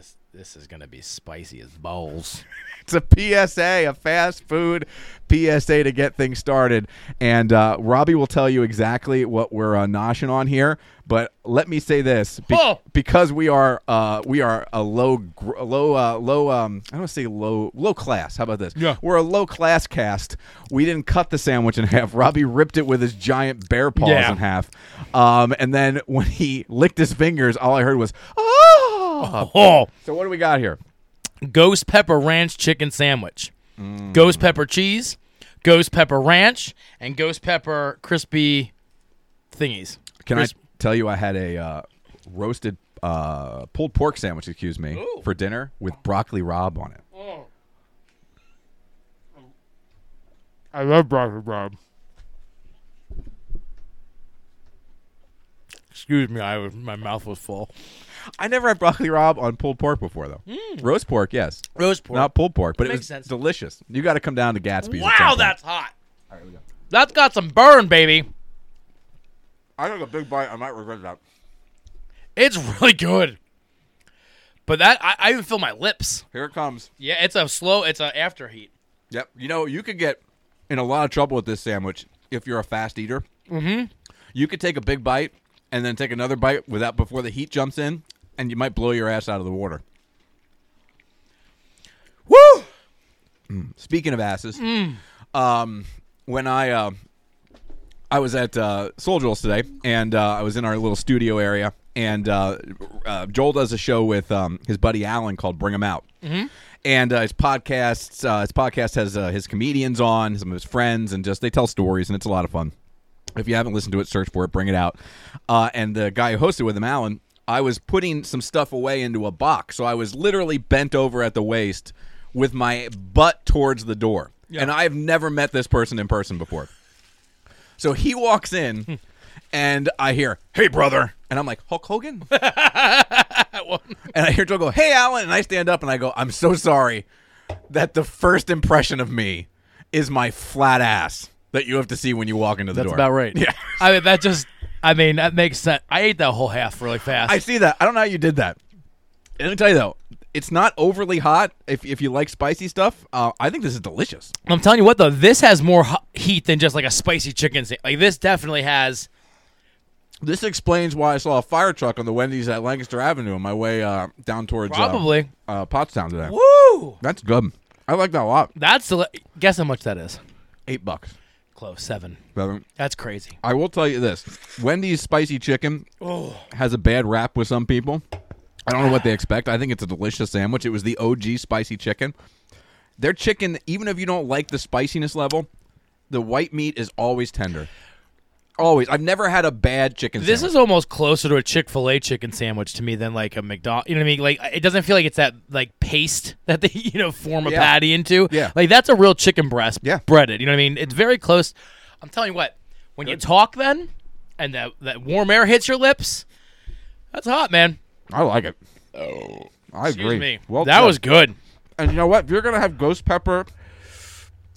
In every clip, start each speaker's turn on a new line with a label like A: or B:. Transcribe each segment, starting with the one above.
A: This, this is gonna be spicy as balls.
B: It's a PSA, a fast food PSA to get things started. And uh, Robbie will tell you exactly what we're uh, noshing on here. But let me say this, be-
A: Oh.
B: because we are uh, we are a low gr- low uh, low um, I don't want to say low low class. How about this?
A: Yeah.
B: we're a low class cast. We didn't cut the sandwich in half. Robbie ripped it with his giant bear paws
A: Yeah.
B: in half. Um, and then when he licked his fingers, all I heard was oh.
A: Oh,
B: So what do we got here?
A: ghost pepper ranch chicken sandwich, ghost pepper cheese, ghost pepper ranch, and ghost pepper crispy thingies.
B: Can
A: Crisp-
B: I tell you I had a uh, roasted uh, pulled pork sandwich, excuse me,
A: Ooh. Oh.
B: for dinner with broccoli rob on it.
C: I love broccoli Bob.
A: Excuse me, I was, my mouth was full.
B: I never had broccoli rob on pulled pork before though. Roast pork, yes.
A: Roast Hmm. pork.
B: Not pulled pork, but it
A: Makes
B: was
A: sense.
B: delicious. You got to come down to Gatsby's. at some
A: wow,
B: point.
A: that's hot. That's got some burn, baby.
B: I took a big bite. I might regret that.
A: It's really good. But that I, I even feel my lips.
B: Here it comes.
A: Yeah, it's a slow. It's a afterheat.
B: Yep. You know, you could get in a lot of trouble with this sandwich if you're a fast eater. Mm-hmm. You could take a big bite and then take another bite without before the heat jumps in, and you might blow your ass out of the water. Woo! Mm, Speaking of asses, um, when I uh, I was at uh, Soul Joel's today, and uh, I was in our little studio area, and uh, uh, Joel does a show with um, his buddy Alan called Bring 'Em Out. Mm-hmm. And uh, his podcasts, uh, his podcast has uh, his comedians on, some of his friends, and just they tell stories, and it's a lot of fun. If you haven't listened to it, search for it, bring it out. Uh, and the guy who hosted with him, Alan, I was putting some stuff away into a box. So I was literally bent over at the waist with my butt towards the door. And I've never met this person in person before. So he walks in, and I hear, "Hey, brother," and I'm like, "Hulk Hogan," and I hear Joe go, "Hey, Alan," and I stand up and I go, "I'm so sorry that the first impression of me is my flat ass that you have to see when you walk into the
A: That's
B: door."
A: about right.
B: Yeah,
A: I mean, that just. I mean, that makes sense. I ate that whole half really fast.
B: I see that. I don't know how you did that. And Let me tell you though, it's not overly hot. If if you like spicy stuff, uh, I think this is delicious.
A: I'm telling you what, though, this has more ho- heat than just like a spicy chicken. sa- Like this definitely has.
B: This explains why I saw a fire truck on the Wendy's at Lancaster Avenue on my way uh, down towards uh,
A: Probably.
B: uh, Pottstown today.
A: Woo!
B: That's good. I like that a lot.
A: That's the. li- Guess how much that is?
B: Eight bucks.
A: Close seven.
B: Bevan.
A: That's crazy.
B: I will tell you this: Wendy's spicy chicken
A: Oh.
B: has a bad rap with some people. I don't know what they expect. I think it's a delicious sandwich. It was the OG spicy chicken. Their chicken, even if you don't like the spiciness level, the white meat is always tender. Always. I've never had a bad chicken.
A: This
B: sandwich.
A: is almost closer to a Chick Fil A chicken sandwich to me than like a McDonald. You know what I mean? Like it doesn't feel like it's that like paste that they you know form a
B: Yeah.
A: patty into.
B: Yeah.
A: like that's a real chicken breast.
B: Yeah.
A: breaded. You know what I mean? It's very close. I'm telling you what, when you talk then, and that that warm air hits your lips, that's hot, man.
B: I like it. Oh, I
A: Excuse
B: agree.
A: me.
B: Well,
A: that
B: said.
A: was good.
B: And you know what? If you're gonna have ghost pepper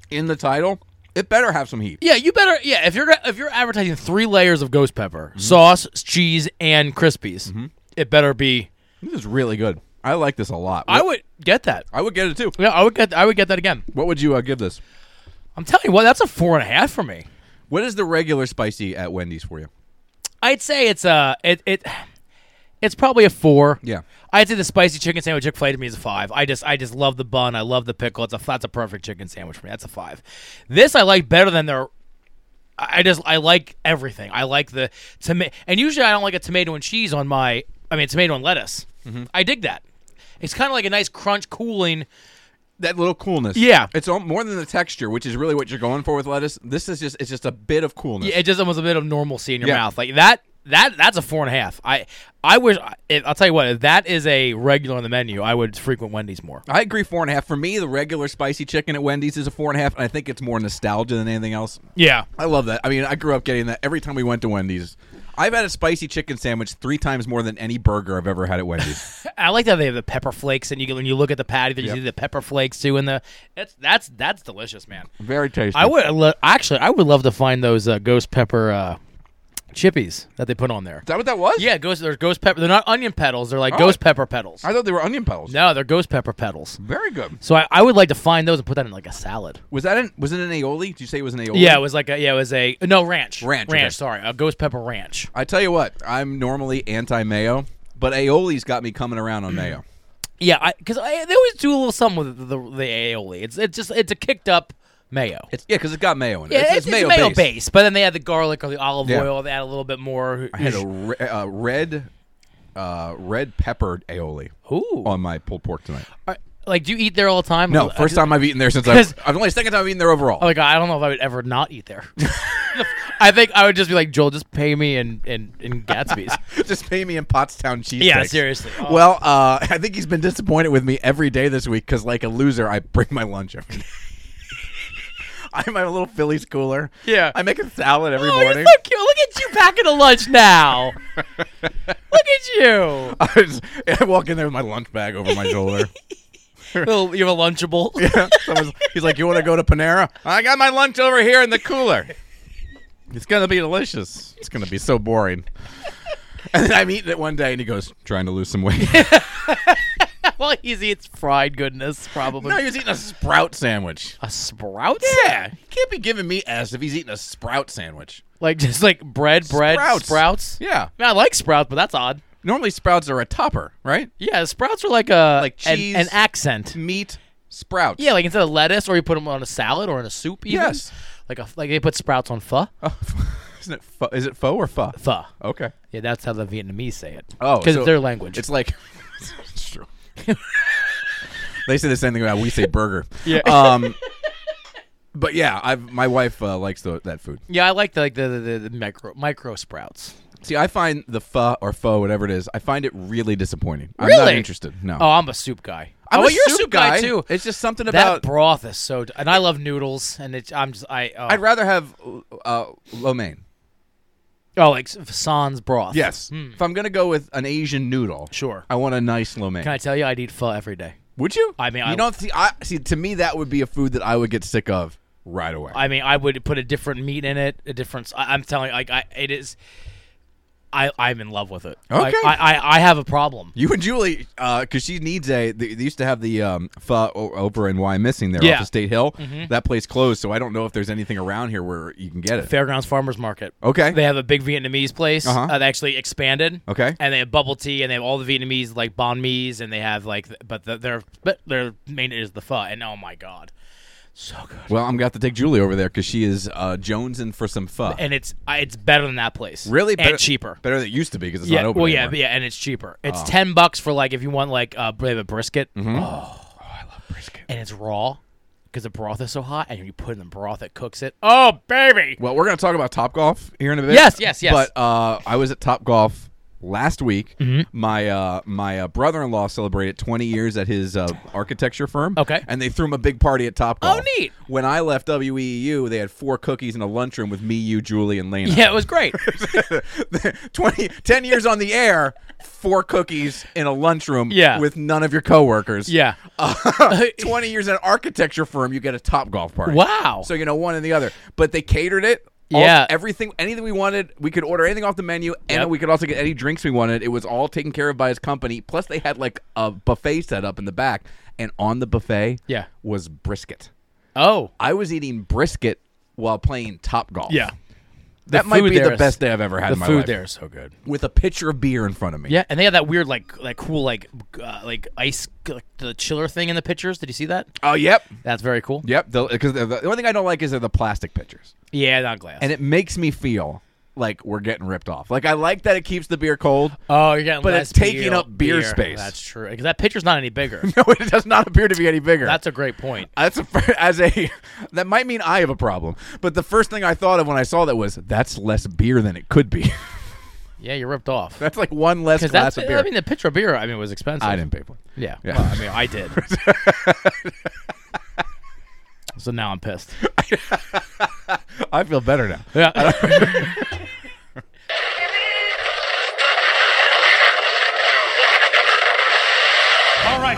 B: in the title, it better have some heat.
A: Yeah, you better. Yeah, if you're if you're advertising three layers of ghost pepper,
B: Mm-hmm.
A: sauce, cheese, and crispies, it better be.
B: This is really good. I like this a lot.
A: I would get that.
B: I would get it too.
A: Yeah, I would get. I would get that again.
B: What would you uh, give this?
A: I'm telling you what, that's a four and a half for me.
B: What is the regular spicy at Wendy's for you?
A: I'd say it's a it it it's probably a four.
B: Yeah.
A: I'd say the spicy chicken sandwich Chick Fil A to me is a five. I just I just love the bun. I love the pickle. It's a that's a perfect chicken sandwich for me. That's a five. This I like better than their. I I just I like everything. I like the tomato, and usually I don't like a tomato and cheese on my. I mean tomato and lettuce. I dig that. It's kind of like a nice crunch, cooling.
B: That little coolness.
A: Yeah.
B: it's all, more than the texture, which is really what you're going for with lettuce. This is just it's just a bit of coolness.
A: Yeah, it just almost a bit of normalcy in your
B: Yeah.
A: mouth. Like that. That that's a four and a half. I I wish. If, I'll tell you what. If that is a regular on the menu, I would frequent Wendy's more.
B: I agree. Four and a half for me. The regular spicy chicken at Wendy's is a four and a half, and I think it's more nostalgia than anything else.
A: Yeah.
B: I love that. I mean, I grew up getting that every time we went to Wendy's. I've had a spicy chicken sandwich three times more than any burger I've ever had at Wendy's.
A: I like that they have the pepper flakes, and you can- when you look at the patty, there you
B: Yep.
A: see the pepper flakes too. In the that's that's that's delicious, man.
B: Very tasty.
A: I would lo- actually, I would love to find those uh, ghost pepper uh, chippies that they put on there.
B: Is that what that was?
A: Yeah, ghost. They're ghost pepper. They're not onion petals. They're like
B: Oh.
A: ghost pepper petals.
B: I thought they were onion petals.
A: No, they're ghost pepper petals.
B: Very good.
A: So I, I would like to find those and put that in like a salad.
B: Was that an was it an aioli? Did you say it was an aioli?
A: Yeah, it was like a yeah, it was a no ranch.
B: Ranch,
A: ranch.
B: okay.
A: Sorry, a ghost pepper ranch.
B: I tell you what, I'm normally anti mayo, but aioli's got me coming around on mayo.
A: Yeah, I because I, they always do a little something with the, the, aioli. It's it's just it's a kicked up mayo.
B: It's yeah, because it's got mayo in it.
A: Yeah,
B: it's, mayo,
A: based. but then they add the garlic or the olive
B: Yeah.
A: oil. They add a little bit more.
B: I had a re- uh, red, uh, red peppered aioli
A: Ooh.
B: on my pulled pork tonight.
A: Are- like, do you eat there all the time?
B: No,
A: I-
B: first
A: I,
B: time I've eaten there since
A: 'Cause-
B: I've, I've only second time I've eaten there overall.
A: Oh my god, I don't know if I would ever not eat there. I think I would just be like Joel, just pay me in in, in Gatsby's.
B: Just pay me in Pottstown cheese.
A: Yeah, seriously. Oh.
B: Well, uh, I think he's been disappointed with me every day this week because, like a loser, I bring my lunch every day. I have my little Phillies cooler.
A: Yeah.
B: I make a salad every
A: oh, you're
B: morning.
A: so cute. Look at you packing a lunch now. Look at you.
B: I, was- I walk in there with my lunch bag over my shoulder.
A: Little- You have a lunchable.
B: Someone's- he's like, "You want to go to Panera? I got my lunch over here in the cooler. It's gonna be delicious. It's gonna be so boring." And then I'm eating it one day, and he goes, "Trying to lose some weight."
A: well, easy. It's fried goodness, probably.
B: no, he was eating a sprout sandwich.
A: a sprout?
B: Yeah, he can't be giving me S if he's eating a sprout sandwich.
A: Like just like bread, bread,
B: Sprouts.
A: sprouts.
B: Yeah,
A: I, mean, I like sprouts, but that's odd.
B: normally sprouts are a topper, right?
A: Yeah, sprouts are like a
B: Like
A: an-
B: cheese.
A: an, accent.
B: Meat sprouts.
A: Yeah, like instead of lettuce, or you put them on a salad or in a soup. Even.
B: Yes.
A: Like a like they put sprouts on pho.
B: Oh, isn't it? Pho, is it pho or pho?
A: Pho.
B: Okay.
A: Yeah, that's how the Vietnamese say it.
B: Oh,
A: because
B: so
A: it's their language.
B: It's like it's true. they say the same thing about we say burger.
A: Yeah.
B: Um, but yeah, I've my wife uh, likes the, that food.
A: yeah, I like the like the, the, the micro micro sprouts.
B: See, I find the pho or pho, whatever it is, I find it really disappointing. I'm not
A: Really?
B: interested. No.
A: Oh, I'm a soup guy.
B: I'm
A: oh,
B: a
A: well, you're
B: soup
A: a soup guy, too.
B: It's just something
A: that
B: about.
A: broth is so, d- and I love noodles, and it's I'm just I oh,
B: I'd rather have uh, lo mein.
A: oh like s- sans broth.
B: Yes. If I'm gonna go with an Asian noodle,
A: Hmm. Sure.
B: I want a nice lo mein.
A: Can I tell you, I'd eat pho every day.
B: would you?
A: I mean,
B: you
A: I-
B: don't see. I see. To me, that would be a food that I would get sick of right away.
A: I mean, I would put a different meat in it, a different. I, I'm telling, you, like, I it is. I I'm in love with it. Like,
B: Okay.
A: I, I I have a problem.
B: You and Julie, because she needs a. They, they used to have the um, pho o- over in Why Missing there
A: Yeah. Mm-hmm.
B: off of State Hill. That place closed, so I don't know if there's anything around here where you can get it.
A: Fairgrounds Farmers Market.
B: Okay.
A: They have a big Vietnamese place
B: Uh-huh.
A: uh that actually expanded.
B: Okay.
A: And they have bubble tea, and they have all the Vietnamese like banh mi's, and they have like, th- but the, their but their main is the pho, and oh my god, so good.
B: Well, I'm going to have to take Julie over there because she is uh, jonesing for some pho.
A: And it's I- it's better than that place.
B: really,
A: and cheaper.
B: Better than it used to be because it's
A: yeah.
B: not open.
A: well, yeah,
B: anymore. Oh.
A: but yeah, and it's cheaper. It's ten bucks for like if you want like uh, they have a brisket.
B: Brisket.
A: and it's raw because the broth is so hot, and you put in the broth that cooks it. Oh, baby!
B: Well, we're going to talk about Top Golf here in a bit.
A: Yes, yes, yes.
B: But uh, I was at Top Golf last week.
A: Mm-hmm.
B: My uh, my uh, brother-in-law celebrated 20 years at his uh, architecture firm.
A: Okay.
B: And they threw him a big party at Top Golf.
A: Oh, neat.
B: When I left WEEU, they had four cookies in a lunchroom with me, you, Julie, and Lena.
A: Yeah, it was great.
B: 20, 10 years on the air, four cookies in a lunchroom
A: Yeah.
B: with none of your coworkers.
A: yeah.
B: 20 years at an architecture firm, you get a Top Golf party.
A: Wow.
B: So you know one and the other, but they catered it. All-
A: Yeah.
B: everything, anything we wanted, we could order anything off the menu, and
A: Yep.
B: we could also get any drinks we wanted. It was all taken care of by his company. Plus, they had like a buffet set up in the back, and on the buffet,
A: Yeah.
B: was brisket.
A: oh,
B: I was eating brisket while playing top golf.
A: yeah.
B: that might
A: food
B: be the
A: there is-
B: best day I've ever had
A: The
B: in my
A: food
B: life.
A: there is so good.
B: with a pitcher of beer in front of me.
A: Yeah, and they had that weird, like, that cool, like, uh, like ice, like the chiller thing in the pictures. Did you see that?
B: Oh, yep,
A: That's very cool.
B: yep. Because the, the only thing I don't like is they're the plastic pitchers.
A: Yeah, not glass.
B: and it makes me feel like we're getting ripped off. Like I like that it keeps the beer cold.
A: oh, you're getting
B: but
A: less
B: it's taking
A: beer-
B: up beer space.
A: That's true. Because that picture's not any bigger.
B: No, it does not appear to be any bigger.
A: That's a great point.
B: that's a, as a that might mean I have a problem. But the first thing I thought of when I saw that was that's less beer than it could be.
A: Yeah, you're ripped off.
B: that's like one less
A: Because
B: glass
A: that's,
B: of
A: I
B: beer.
A: mean, the picture of beer, I mean, was expensive.
B: I didn't pay for. it.
A: Yeah.
B: Yeah.
A: Well, I mean, I did. so now I'm pissed.
B: I feel better now.
A: Yeah.
D: All right,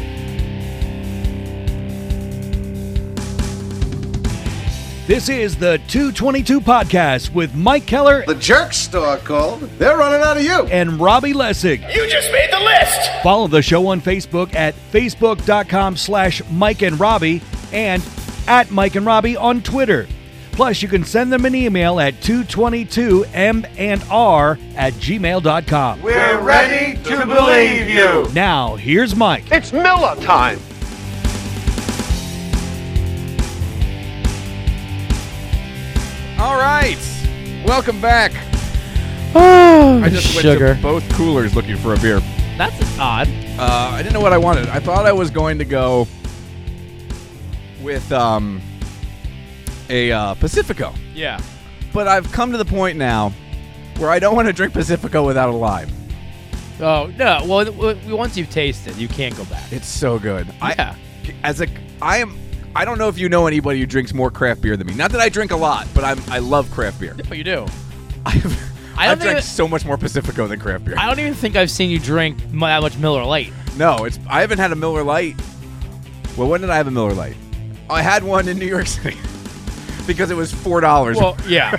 E: This is the 222 Podcast with Mike Keller
F: The jerk store called. They're running out of you.
E: and Robbie Lessig.
G: You just made the list!
E: Follow the show on Facebook at facebook.com slash Mike and Robbie and at Mike and Robbie on Twitter. Plus, you can send them an email at 222m&r at gmail.com.
F: We're ready to believe you.
E: Now, here's Mike.
H: It's Miller time.
B: All right, welcome back. I just went
A: sugar.
B: to both coolers looking for a beer.
A: That's odd.
B: Uh, I didn't know what I wanted. I thought I was going to go with um, a uh, Pacifico,
A: Yeah.
B: but I've come to the point now where I don't want to drink Pacifico without a lime.
A: Oh no. Well, th- w- once you've tasted, you can't go back.
B: It's so good.
A: Yeah.
B: I as a I am I don't know if you know anybody who drinks more craft beer than me. Not that I drink a lot, but I'm I love craft beer.
A: But you do.
B: I've,
A: I don't
B: I've drank
A: think-
B: so much more Pacifico than craft beer.
A: I don't even think I've seen you drink mu- that much Miller Lite.
B: No, it's I haven't had a Miller Lite. Well, when did I have a Miller Lite? I had one in New York City because it was four dollars.
A: Well, yeah.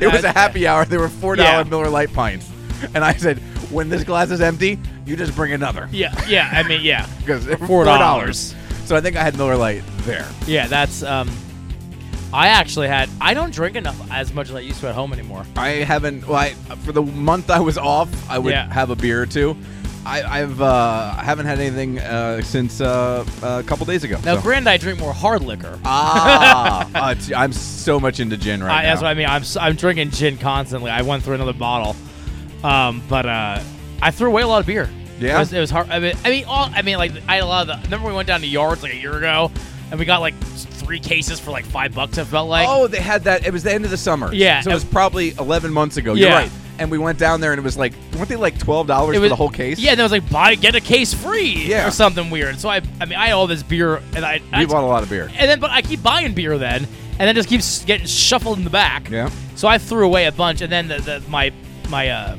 B: it was a happy hour. There were four dollar
A: Yeah.
B: Miller Lite pints, and I said, when this glass is empty, you just bring another
A: Yeah. Yeah. I mean, yeah.
B: because
A: Four dollars.
B: So I think I had Miller Lite there.
A: Yeah. That's um. I actually had. I don't drink enough as much as I used to at home anymore.
B: I haven't. Well, I, for the month I was off, I would
A: Yeah.
B: have a beer or two. I, I've uh, I haven't had anything uh, since uh, a couple days ago.
A: Now,
B: so.
A: granted, I drink more hard liquor.
B: ah, uh, it's- I'm so much into gin right
A: I,
B: now.
A: that's what I mean. I'm s- I'm drinking gin constantly. I went through another bottle, um, but uh, I threw away a lot of beer.
B: Yeah?
A: it was, it was hard. I mean, I mean, all I mean, like I had a lot of. The, remember we went down to Yards like a year ago, and we got like s- three cases for like five bucks. It felt like.
B: Oh, they had that. It was the end of the summer.
A: Yeah,
B: so it was
A: and-
B: probably 11 months ago. You're
A: Yeah.
B: right. And we went down there, and it was like, weren't they like twelve dollars
A: It
B: for the whole case?
A: Yeah, and it was like buy get a case free
B: Yeah.
A: or something weird. So I, I mean, I had all this beer, and I,
B: we
A: I
B: bought a lot of beer.
A: and then but I keep buying beer then, and then just keeps getting shuffled in the back.
B: Yeah.
A: So I threw away a bunch, and then the, the, my my uh,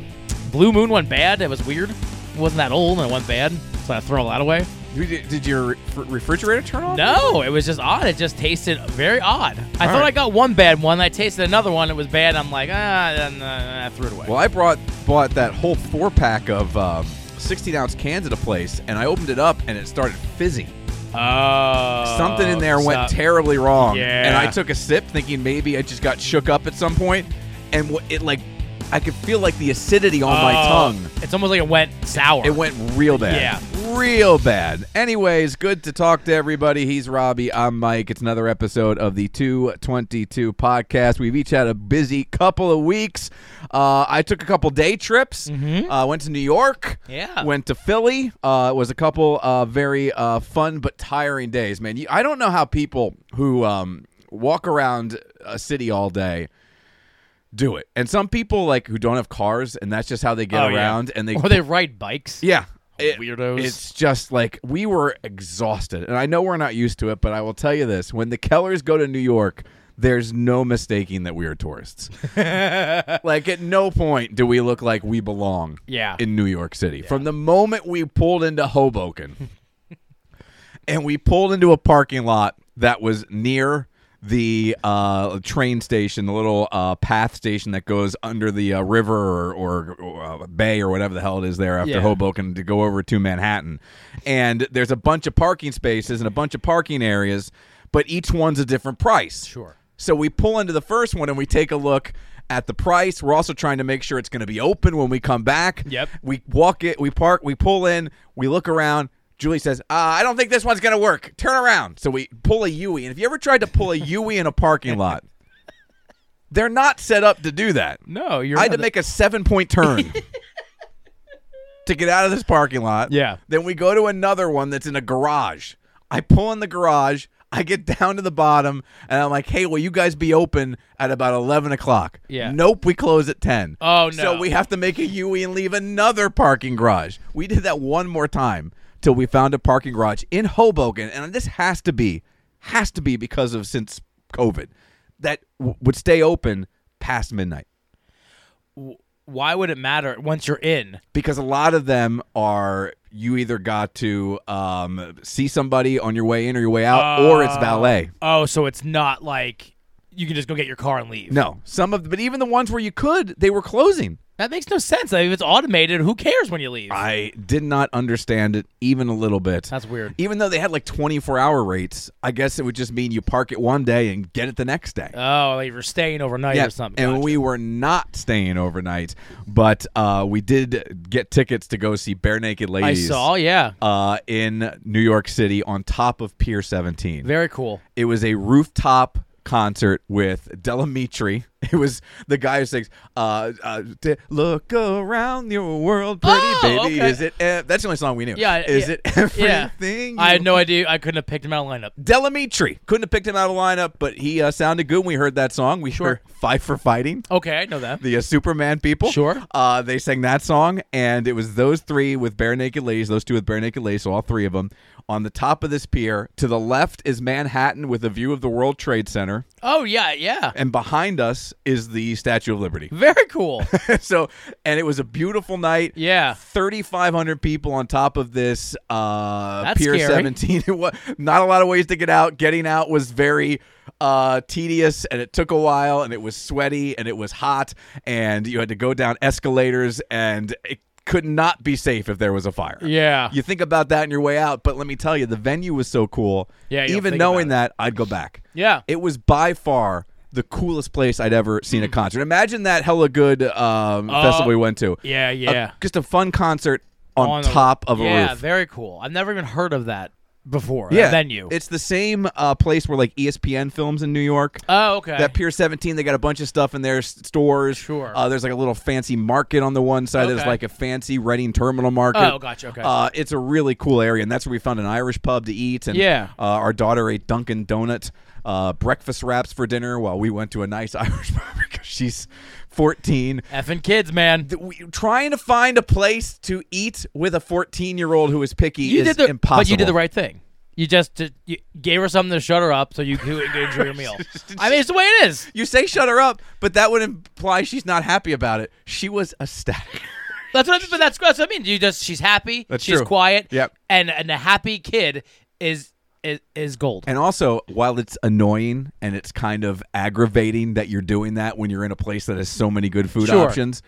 A: blue moon went bad. It was weird. It wasn't that old, and it went bad. So I threw a lot away.
B: You- Did, did your re- refrigerator turn off?
A: No, it was just odd. It just tasted very odd. I
B: All
A: thought
B: right.
A: I got one bad one. I tasted another one. It was bad. I'm like, ah, and, uh, I threw it away.
B: Well, I brought bought that whole four pack of uh, 16 ounce cans at a place, and I opened it up, and it started fizzing.
A: Oh,
B: Something in there went
A: so-
B: terribly wrong. And
A: Yeah.
B: I took a sip, thinking maybe I just got shook up at some point, and wh- it like I could feel like the acidity on my
A: Oh,
B: tongue.
A: It's almost like it went sour.
B: It went real bad.
A: Yeah.
B: Real bad. Anyways, good to talk to everybody. He's Robbie. I'm Mike. It's another episode of the 222 podcast. We've each had a busy couple of weeks. Uh, I took a couple day trips. Uh, went to New York.
A: Mm-hmm. Yeah.
B: Went to Philly. Uh, it was a couple uh, very uh, fun but tiring days, man. You, I don't know how people who um, walk around a city all day do it. And some people like who don't have cars and that's just how they get
A: Oh, yeah.
B: around and they
A: Or they ride bikes.
B: yeah. It-
A: Weirdos.
B: It's just like we were exhausted. And I know we're not used to it, but I will tell you this when the Kellers go to New York, there's no mistaking that we are tourists. like, at no point do we look like we belong
A: Yeah.
B: in New York City. From the moment we pulled into Hoboken and we pulled into a parking lot that was near the uh, train station, the little uh, path station that goes under the uh, river or, or, uh, bay or whatever the hell it is there after
A: Yeah.
B: Hoboken to go over to Manhattan. And there's a bunch of parking spaces and a bunch of parking areas, but each one's a different price.
A: Sure.
B: So we pull into the first one and we take a look at the price. We're also trying to make sure it's going to be open when we come back.
A: Yep.
B: We walk it, we park, we pull in, we look around. Julie says, uh, I don't think this one's going to work. Turn around. So we pull a Yui. And if you ever tried to pull a Yui in a parking lot, they're not set up to do that.
A: No, you're
B: I had to
A: right.
B: make a seven point turn to get out of this parking lot.
A: Yeah.
B: Then we go to another one that's in a garage. I pull in the garage. I get down to the bottom and I'm like, hey, will you guys be open at about 11 o'clock?
A: Yeah.
B: Nope, we close at 10.
A: Oh,
B: So
A: no.
B: we have to make a UE and leave another parking garage. We did that one more time till we found a parking garage in Hoboken. And this has to be, has to be because of since COVID that w- would stay open past midnight
A: Why would it matter once you're in?
B: because a lot of them are you either got to um, see somebody on your way in or your way out, or it's valet.
A: Oh, so it's not like you can just go get your car and leave.
B: No, some of, but even the ones where you could, they were closing.
A: That makes no sense. Like, if it's automated, who cares when you leave?
B: I did not understand it even a little bit.
A: That's weird.
B: Even though they had like 24 hour rates, I guess it would just mean you park it one day and get it the next day.
A: oh, like you're staying overnight
B: Yeah,
A: or something.
B: and
A: Gotcha.
B: we were not staying overnight, but uh, we did get tickets to go see Bare Naked
A: I
B: Ladies.
A: saw, yeah.
B: uh, in New York City on top of Pier 17.
A: Very cool.
B: It was a rooftop concert with Delamitri. It was the guy who sings, uh, uh, d- "Look around your world, pretty
A: Oh,
B: baby."
A: okay.
B: Is it? ev-" That's the only song we knew.
A: Yeah,
B: Is
A: yeah,
B: it everything?
A: Yeah. I
B: you
A: had no idea. I couldn't have picked him out of lineup.
B: Delamitri couldn't have picked him out of the lineup, but he uh, sounded good. when We heard that song. We sure five for fighting
A: Okay, I know that.
B: the uh, Superman people.
A: Sure.
B: Uh, they sang that song, and it was those three with Bare Naked Ladies, those two with Bare Naked Ladies, so all three of them, on the top of this pier. To the left is Manhattan with a view of the World Trade Center,
A: Oh yeah, yeah.
B: and behind us is the Statue of Liberty.
A: Very cool.
B: so, and it was a beautiful night.
A: Yeah.
B: 3,500 people on top of this uh,
A: That's
B: Pier
A: scary.
B: 17. It was not a lot of ways to get out. Getting out was very uh, tedious and it took a while and it was sweaty and it was hot and you had to go down escalators and it could not be safe if there was a fire.
A: Yeah.
B: You think about that on your way out, but let me tell you, the venue was so cool.
A: Yeah, you don't
B: Even
A: think about
B: knowing
A: it.
B: that, I'd go back.
A: Yeah.
B: It was by far the coolest place I'd ever seen a concert. Imagine that hella good um, festival we went to.
A: Uh, yeah,
B: A-
A: yeah.
B: just a fun concert on,
A: the-
B: top of
A: yeah,
B: a roof.
A: very cool. I've never even heard of that before.
B: yeah,
A: that venue.
B: It's the same uh, place where like ESPN films in New York.
A: oh, okay.
B: that Pier 17, they got a bunch of stuff in their s- stores.
A: Sure.
B: Uh, there's like a little fancy market on the one side. There's
A: Okay.
B: like a fancy Reading Terminal Market.
A: Oh, gotcha, okay.
B: Uh, it's a really cool area, and that's where we found an Irish pub to eat. And
A: Yeah.
B: uh, our daughter ate Dunkin' Donuts, uh, breakfast wraps for dinner, while we went to a nice Irish pub because she's 14
A: Effing kids, man.
B: th- we, trying to find a place to eat with a 14 year old who is picky
A: you
B: is
A: did the
B: impossible.
A: but you did the right thing. You just did- you gave her something to shut her up so you could could enjoy your meal. I mean, it's the way it is.
B: You say shut her up, but that would imply she's not happy about it. She was ecstatic.
A: That's what I mean. But that's, that's what I mean. You just she's happy.
B: That's
A: she's
B: true.
A: quiet.
B: Yep.
A: And and a happy kid is is, is gold.
B: And also, while it's annoying and it's kind of aggravating that you're doing that when you're in a place that has so many good food
A: Sure.
B: options,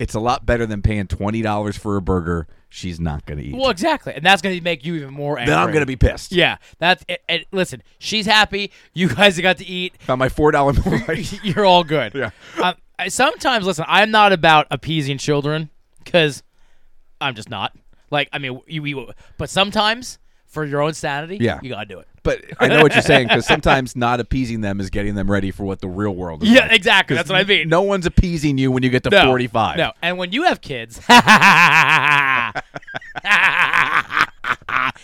B: it's a lot better than paying twenty dollars for a burger. She's not going to eat.
A: well, exactly. And that's gonna make you even more angry.
B: then I'm going to be pissed.
A: Yeah. That's it, it- listen. She's happy. You guys got to eat.
B: Found my four dollar meal. right.
A: You're all good.
B: Yeah.
A: Um, I, sometimes listen. I'm not about appeasing children because I'm just not. Like I mean, you, you but sometimes for your own sanity,
B: Yeah.
A: you gotta do it.
B: But I know what you're saying because sometimes not appeasing them is getting them ready for what the real world is.
A: Yeah,
B: like.
A: exactly. That's what I mean.
B: No one's appeasing you when you get to
A: No,
B: 45.
A: No, and when you have kids,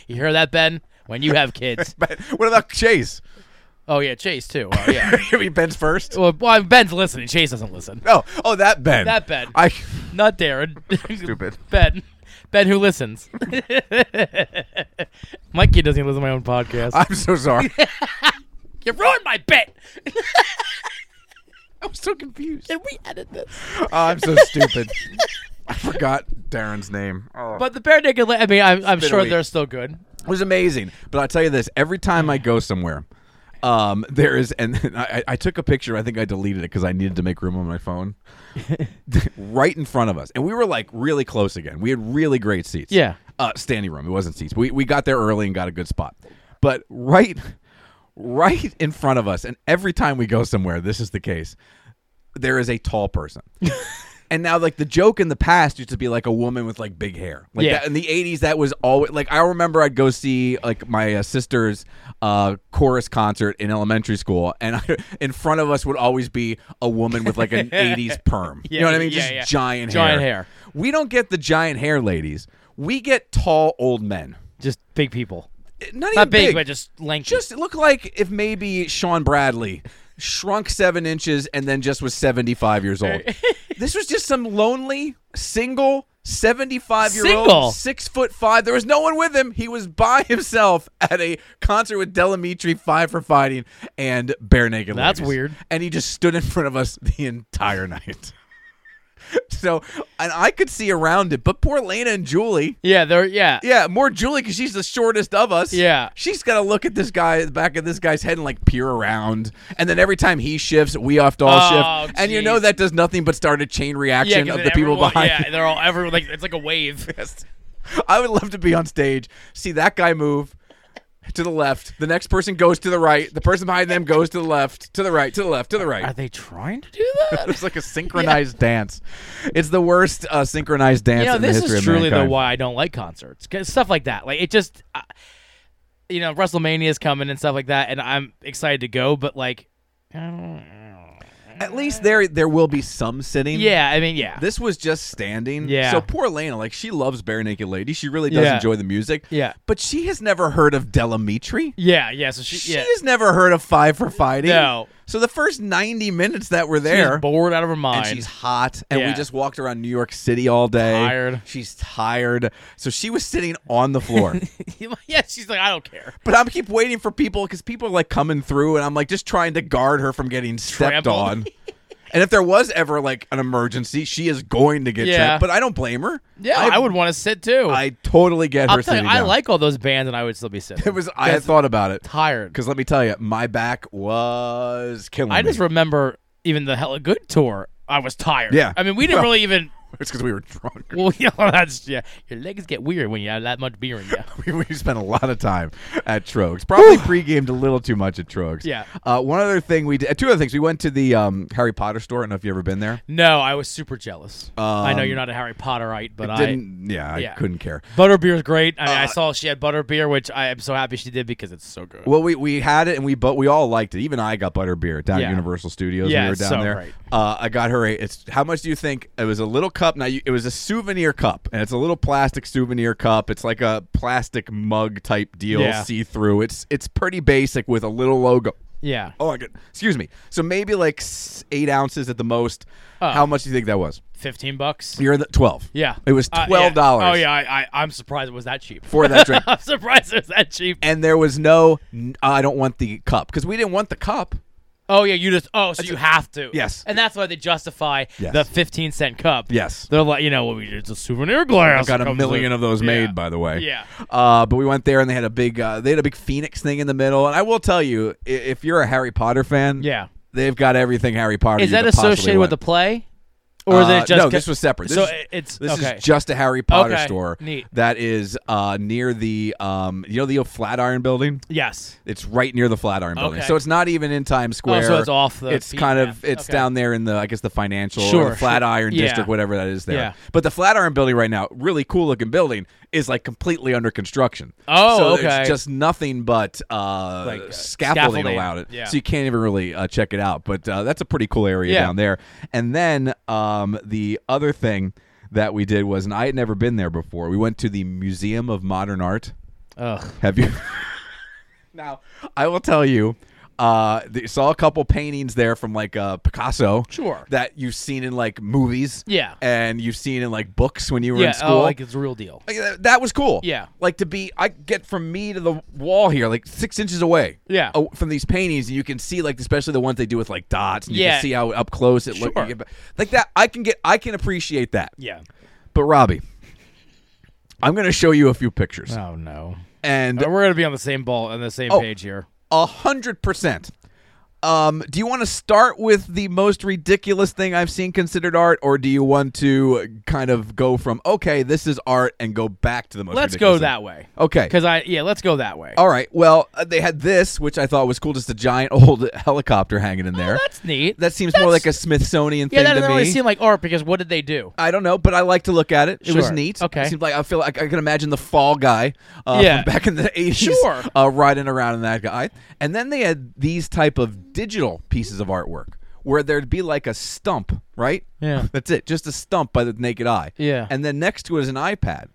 A: you hear that, Ben? When you have kids,
B: But what about Chase?
A: oh yeah, Chase too. Oh yeah.
B: I mean, Ben's first.
A: well, well, Ben's listening. Chase doesn't listen.
B: Oh, oh, that Ben.
A: That Ben.
B: I.
A: Not Darren.
B: Stupid.
A: Ben. Ben who listens. my kid doesn't even listen to my own podcast.
B: I'm so sorry.
A: you ruined my bit.
B: I'm so confused.
A: Can we edit this?
B: Oh, I'm so stupid. I forgot Darren's name. Oh.
A: But the Bare Naked La- I mean, I'm, I'm
B: been a
A: sure
B: week.
A: they're still good.
B: It was amazing. But I'll tell you this: every time I go somewhere, um, there is, and I, I took a picture. I think I deleted it because I needed to make room on my phone. right in front of us, and we were like really close again. We had really great seats.
A: Yeah.
B: uh, standing room. It wasn't seats. We we got there early and got a good spot. But right, right in front of us, and every time we go somewhere, this is the case. There is a tall person. And now, like the joke in the past used to be like a woman with like big hair, like
A: Yeah.
B: that, in the '80s. That was always like I remember I'd go see like my uh, sister's uh, chorus concert in elementary school, and I, in front of us would always be a woman with like an '80s perm. you
A: Yeah,
B: know what I mean?
A: yeah,
B: Just
A: yeah.
B: giant,
A: Giant
B: hair.
A: hair.
B: We don't get the giant hair, ladies. We get tall old men.
A: Just big people.
B: Not even
A: Not big, but just lanky.
B: just look like if maybe Sean Bradley shrunk seven inches and then just was 75 years old. this was just some lonely, single, 75 year
A: Single.
B: old, six foot five. There was no one with him. He was by himself at a concert with Delamitri, Five for Fighting, and Bare Naked
A: That's
B: Ladies.
A: weird.
B: And he just stood in front of us the entire night. so, and I could see around it, but poor Lena and Julie.
A: Yeah, there. Yeah.
B: Yeah, more Julie because she's the shortest of us.
A: Yeah.
B: she's got to look at this guy, the back of this guy's head, and like peer around. And then every time he shifts, we have to all
A: Oh,
B: shift. And you
A: geez.
B: know that does nothing but start a chain
A: Yeah,
B: reaction
A: 'cause
B: of
A: then
B: the people
A: everyone-
B: behind.
A: Yeah, they're all everyone like it's like a wave.
B: I would love to be on stage, see that guy move to the left. The next person goes to the right. The person behind them goes to the left, to the right, to the left, to the right.
A: Are they trying to do that?
B: it's like a synchronized dance. It's the worst uh, synchronized dance
A: you know,
B: in the
A: this is
B: history of
A: truly though
B: mankind.
A: why I don't like concerts, 'Cause stuff like that. Like it just, uh, you know, WrestleMania is coming and stuff like that, and I'm excited to go, but like,
B: At least there there will be some sitting.
A: yeah, I mean, yeah,
B: This was just standing.
A: Yeah.
B: So poor Lana, like she loves Bare Naked Lady. She really does
A: Yeah.
B: enjoy the music.
A: Yeah.
B: But she has never heard of Delamitri.
A: yeah, yeah. So she,
B: She
A: yeah,
B: has never heard of Five for Fighting.
A: No.
B: So the first ninety minutes that were
A: she's
B: there,
A: bored out of her mind.
B: and she's hot, and we
A: Yeah.
B: just walked around New York City all day.
A: Tired.
B: She's tired. So she was sitting on the floor.
A: yeah, she's like, I don't care.
B: but I'm keep waiting for people because people are like coming through, and I'm like just trying to guard her from getting stepped
A: Trampled.
B: on. and if there was ever like an emergency, she is going to get
A: Yeah.
B: trapped. But I don't blame her.
A: Yeah, I, would want to sit too.
B: I totally get her.
A: I'll tell you,
B: sitting
A: I
B: down.
A: like all those bands, and I would still be sitting.
B: It was. I had
A: That's
B: thought about it
A: tired.
B: because let me tell you, my back was killing.
A: I just
B: me.
A: remember even the Hella Good tour. I was tired.
B: Yeah.
A: I mean, we didn't
B: Well-
A: really even.
B: it's because we were drunk.
A: Well, you know, that's yeah. Your legs get weird when you have that much beer in you.
B: we, we spent a lot of time at Trogs. Probably pre-gamed a little too much at Trogs.
A: Yeah.
B: Uh, one other thing we did. Two other things. We went to the um, Harry Potter store. I don't know if you have ever been there.
A: No, I was super jealous. I know you're not a Harry Potterite, but I
B: Um, Didn't. Uh, Yeah,
A: yeah.
B: I couldn't care.
A: butterbeer's great. I mean, I saw she had butterbeer, which I am so happy she did because it's so good.
B: Well, we, we had it and we but we all liked it. Even I got butterbeer down
A: Yeah.
B: at Universal Studios.
A: Yeah,
B: we were
A: it's
B: down
A: so
B: there.
A: great.
B: Uh, I got her a. It's how much do you think? It was a little cup. Now you, it was a souvenir cup, and it's a little plastic souvenir cup. It's like a plastic mug type deal,
A: Yeah.
B: see through. It's it's pretty basic with a little logo.
A: yeah,
B: Oh, I get. Excuse me. So maybe like s- eight ounces at the most. How much do you think that was?
A: fifteen bucks.
B: You're in the twelve.
A: Uh. Yeah,
B: It was
A: Uh, yeah.
B: twelve dollars.
A: Oh yeah, I, I I'm surprised it was that cheap.
B: For that drink.
A: I'm surprised it was that cheap.
B: and there was no. n- I don't want the cup because we didn't want the cup.
A: Oh yeah, you just oh so you have to
B: Yes.
A: and that's why they justify
B: Yes.
A: the fifteen cent cup.
B: Yes.
A: they're like you know well, we it's a souvenir glass.
B: I got
A: It
B: a
A: comes
B: million
A: with-
B: of those
A: Yeah.
B: made, by the way.
A: Yeah.
B: Uh, but we went there and they had a big, uh, they had a big phoenix thing in the middle. And I will tell you, i- if you're a Harry Potter fan,
A: Yeah.
B: they've got everything Harry Potter.
A: Is
B: you
A: that
B: could possibly
A: associated with the
B: want.
A: play, or is
B: Uh,
A: it just
B: no? This was separate. This
A: so
B: is,
A: it- it's
B: this
A: okay.
B: is just a Harry Potter
A: Okay,
B: store
A: neat.
B: that is uh, near the, um, you know, the old Flatiron Building.
A: yes.
B: It's right near the Flatiron Building,
A: Okay. Oh,
B: so it's not even in Times Square.
A: so it's off the
B: It's
A: beaten
B: kind of
A: path.
B: it's
A: Okay.
B: down there in the I guess the financial
A: Sure,
B: or the
A: sure.
B: Flatiron
A: Yeah.
B: District, whatever that is there.
A: Yeah.
B: But the Flatiron Building right now, really cool looking building, is like completely under construction.
A: Oh,
B: so
A: okay.
B: There's just nothing but uh,
A: Like, uh,
B: scaffolding,
A: scaffolding.
B: around it,
A: Yeah.
B: so you can't even really uh, check it out. But uh, that's a pretty cool area
A: Yeah.
B: down there. And then um, the other thing that we did was, and I had never been there before. We went to the Museum of Modern Art.
A: Ugh.
B: Have you? now, I will tell you. Uh, they saw a couple paintings there from like uh, Picasso.
A: Sure.
B: That you've seen in like movies.
A: Yeah.
B: And you've seen in like books when you were
A: Yeah.
B: in school.
A: Oh, like it's a real deal.
B: Like, that- that was cool.
A: Yeah.
B: Like to be, I get from me to the wall here, like six inches away.
A: Yeah.
B: aw- From these paintings, and you can see, like, especially the ones they do with like dots, and you
A: Yeah.
B: can see how up close it
A: Sure.
B: looks. Like that, I can get, I can appreciate that.
A: Yeah.
B: But Robbie, I'm going to show you a few pictures,
A: Oh no.
B: and
A: But we're gonna be on the same ball on the same
B: Oh.
A: page here.
B: A hundred percent. Um, do you want to start with the most ridiculous thing I've seen considered art, or do you want to kind of go from okay, this is art, and go back to the most?
A: Let's
B: ridiculous
A: go
B: thing?
A: that way.
B: Okay.
A: Because I yeah, let's go that way.
B: All right. Well, uh, they had this, which I thought was cool, just a giant old helicopter hanging in there.
A: Oh, That's neat.
B: that seems more
A: That's-
B: like a Smithsonian
A: yeah.
B: thing
A: That
B: to
A: doesn't
B: me.
A: really seem like art because what did they do?
B: I don't know, but I like to look at it. It was
A: Sure.
B: neat.
A: Okay.
B: It seemed like I feel like I can imagine the Fall Guy uh,
A: Yeah.
B: from back in the 80s
A: Sure.
B: uh, riding around in that guy. And then they had these type of digital pieces of artwork where there'd be like a stump, right?
A: Yeah.
B: That's it. Just a stump by the naked eye.
A: Yeah.
B: And then next to it is an iPad.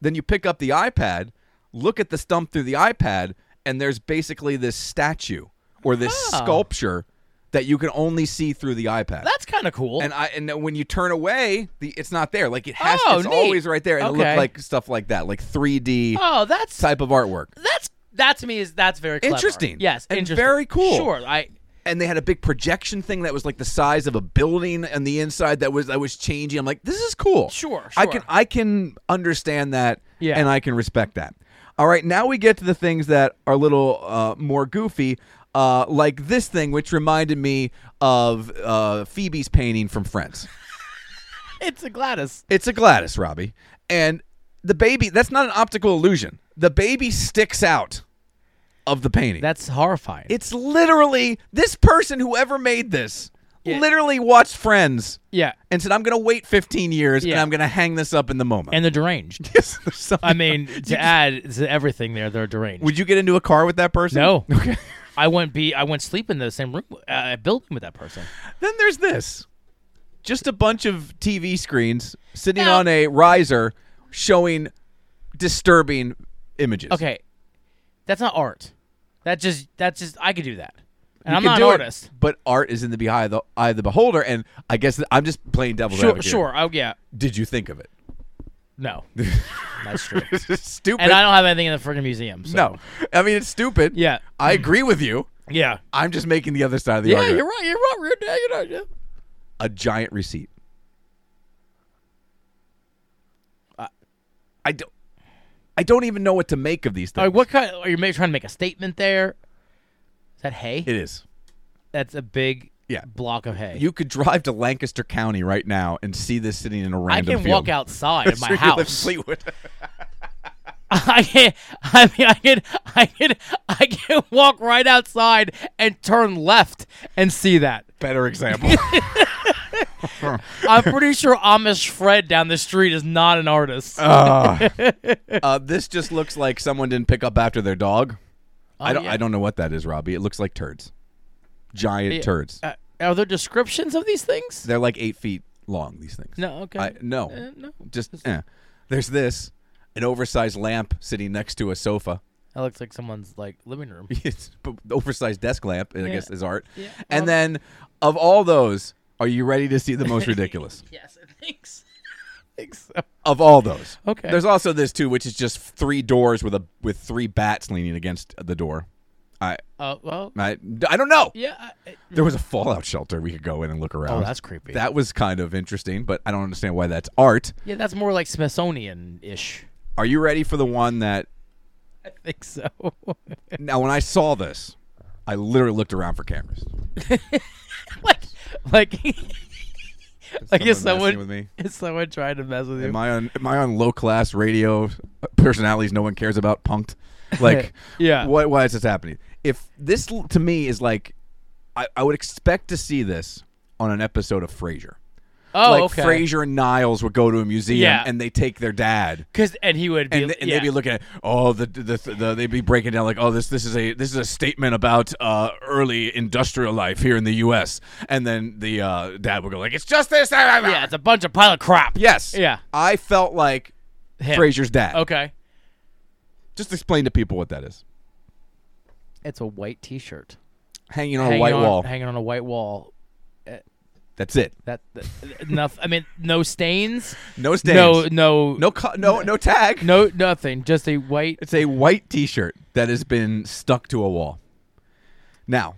B: Then you pick up the iPad, look at the stump through the iPad, and there's basically this statue or this sculpture that you can only see through the iPad.
A: That's kind of cool.
B: and I and then when you turn away, the it's not there. Like it has,
A: Oh,
B: it's
A: neat.
B: always right there, and it
A: Okay.
B: looked like stuff like that, like 3D
A: oh, that's
B: type of artwork.
A: that's that to me is that's very clever.
B: Interesting.
A: Yes,
B: And
A: interesting.
B: very cool.
A: Sure, I
B: and they had a big projection thing that was like the size of a building on the inside that was that was changing. I'm like, this is cool.
A: Sure,
B: I
A: sure.
B: can I can understand that.
A: Yeah.
B: And I can respect that. All right, now we get to the things that are a little uh, more goofy. Uh, like this thing, which reminded me of uh, Phoebe's painting from Friends.
A: it's a Gladys.
B: It's a Gladys, Robbie. And the baby, that's not an optical illusion. The baby sticks out of the painting.
A: That's horrifying.
B: It's literally this person, whoever made this,
A: Yeah.
B: literally watched Friends
A: yeah,
B: and said, "I'm going to wait 15 years and
A: Yeah.
B: I'm going to hang this up in the moment."
A: and they're deranged.
B: Yes, there's something-
A: I mean, to add to everything there, they're deranged.
B: would you get into a car with that person?
A: no, I wouldn't be. I wouldn't sleep in the same room, uh, building with that person.
B: Then there's this, just a bunch of TV screens sitting
A: Now-
B: on a riser, showing disturbing images.
A: Okay, that's not art. That just that's just I could do that, and
B: You
A: I'm
B: can
A: not an
B: do it,
A: artist.
B: but art is in the be- eye of the eye of the beholder, and I guess that- I'm just playing devil's
A: Sure,
B: advocate.
A: sure. Oh yeah,
B: Did you think of it?
A: no, that's true.
B: stupid.
A: And I don't have anything in the freaking museum. So.
B: no, I mean it's stupid.
A: Yeah.
B: I agree with you.
A: Yeah.
B: I'm just making the other side of the
A: Yeah,
B: argument.
A: you're right. You're right. You're, you're, you're,
B: A giant receipt.
A: Uh,
B: I don't. I don't even know what to make of these things.
A: Like, what kind? Are you ma- trying to make a statement there? Is that hay?
B: it is.
A: That's a big
B: Yeah.
A: block of hay.
B: You could drive to Lancaster County right now and see this sitting in a
A: I
B: random.
A: can walk
B: field.
A: outside of
B: So
A: my
B: you live in
A: house.
B: Fleetwood.
A: I can. I mean, I can. I can. I can walk right outside and turn left and see that.
B: Better example.
A: I'm pretty sure Amish Fred down the street is not an artist.
B: uh, this just looks like someone didn't pick up after their dog. I don't.
A: Oh, yeah.
B: I don't know what that is, Robbie. It looks like turds, giant
A: Yeah.
B: turds.
A: Uh, are there descriptions of these things?
B: They're like eight feet long. These things.
A: No. Okay.
B: I, no.
A: Uh, no.
B: Just eh. there's this, an oversized lamp sitting next to a sofa.
A: That looks like someone's like living room.
B: it's b- the oversized desk lamp. I guess is art.
A: Yeah.
B: And
A: Um,
B: then, of all those, are you ready to see the most ridiculous?
A: Yes, I think so. I think so.
B: of all those.
A: Okay.
B: There's also this too, which is just three doors with a with three bats leaning against the door. I
A: Uh, well,
B: I, I don't know.
A: yeah. I- I-
B: There was a fallout shelter we could go in and look
A: Oh,
B: around.
A: that's creepy.
B: That was kind of interesting, but I don't understand why that's art.
A: yeah, that's more like Smithsonian ish.
B: Are you ready for the one that
A: I think so.
B: Now, when I saw this, I literally looked around for cameras.
A: like, like, like is
B: Someone messing
A: someone
B: with me?
A: is someone trying to mess with you?
B: Am I on? Am I on low class radio personalities no one cares about? Punked? Like,
A: Yeah.
B: Why, why is this happening? If this l- to me is like, I, I would expect to see this on an episode of Frasier.
A: oh,
B: like
A: okay.
B: Frasier and Niles would go to a museum
A: Yeah.
B: and they take their dad.
A: Because and he would be
B: and, th- and
A: yeah.
B: they'd be looking at oh the, the the they'd be breaking down like oh this this is a this is a statement about uh, early industrial life here in the U.S. and then the uh, dad would go like it's just this
A: yeah, it's a bunch of pile of crap.
B: yes
A: Yeah.
B: I felt like
A: Him.
B: Frasier's dad
A: Okay.
B: just explain to people what that is
A: It's a white T-shirt
B: hanging on
A: hanging
B: a white
A: on,
B: wall
A: hanging on a white wall.
B: that's it
A: That, that enough. I mean, no stains.
B: no stains
A: No, no,
B: no co- no no tag
A: no, nothing. Just a white.
B: it's a white T-shirt that has been stuck to a wall now.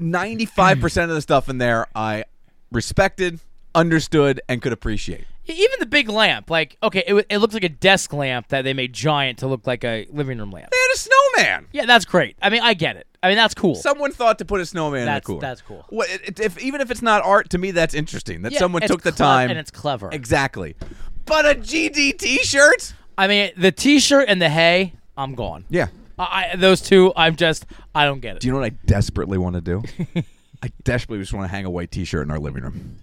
B: 95% of the stuff in there I respected, understood, and could appreciate.
A: Even the big lamp, like okay, it, wa- it looks like a desk lamp that they made giant to look like a living room lamp.
B: And a snowman.
A: Yeah, that's great. I mean, I get it. I mean, that's cool.
B: Someone thought to put a snowman in a
A: That's-
B: cooler.
A: that's cool.
B: Well, it, it- if, even if it's not art, to me, that's interesting that
A: Yeah,
B: someone
A: it's
B: took the
A: clev-
B: time.
A: and it's clever.
B: Exactly. But a GDT shirt?
A: I mean, the T-shirt and the hay, I'm gone.
B: Yeah.
A: I, I- those two, I'm just, I don't get it.
B: Do you know what I desperately want to do? I desperately just want to hang a white t shirt in our living room.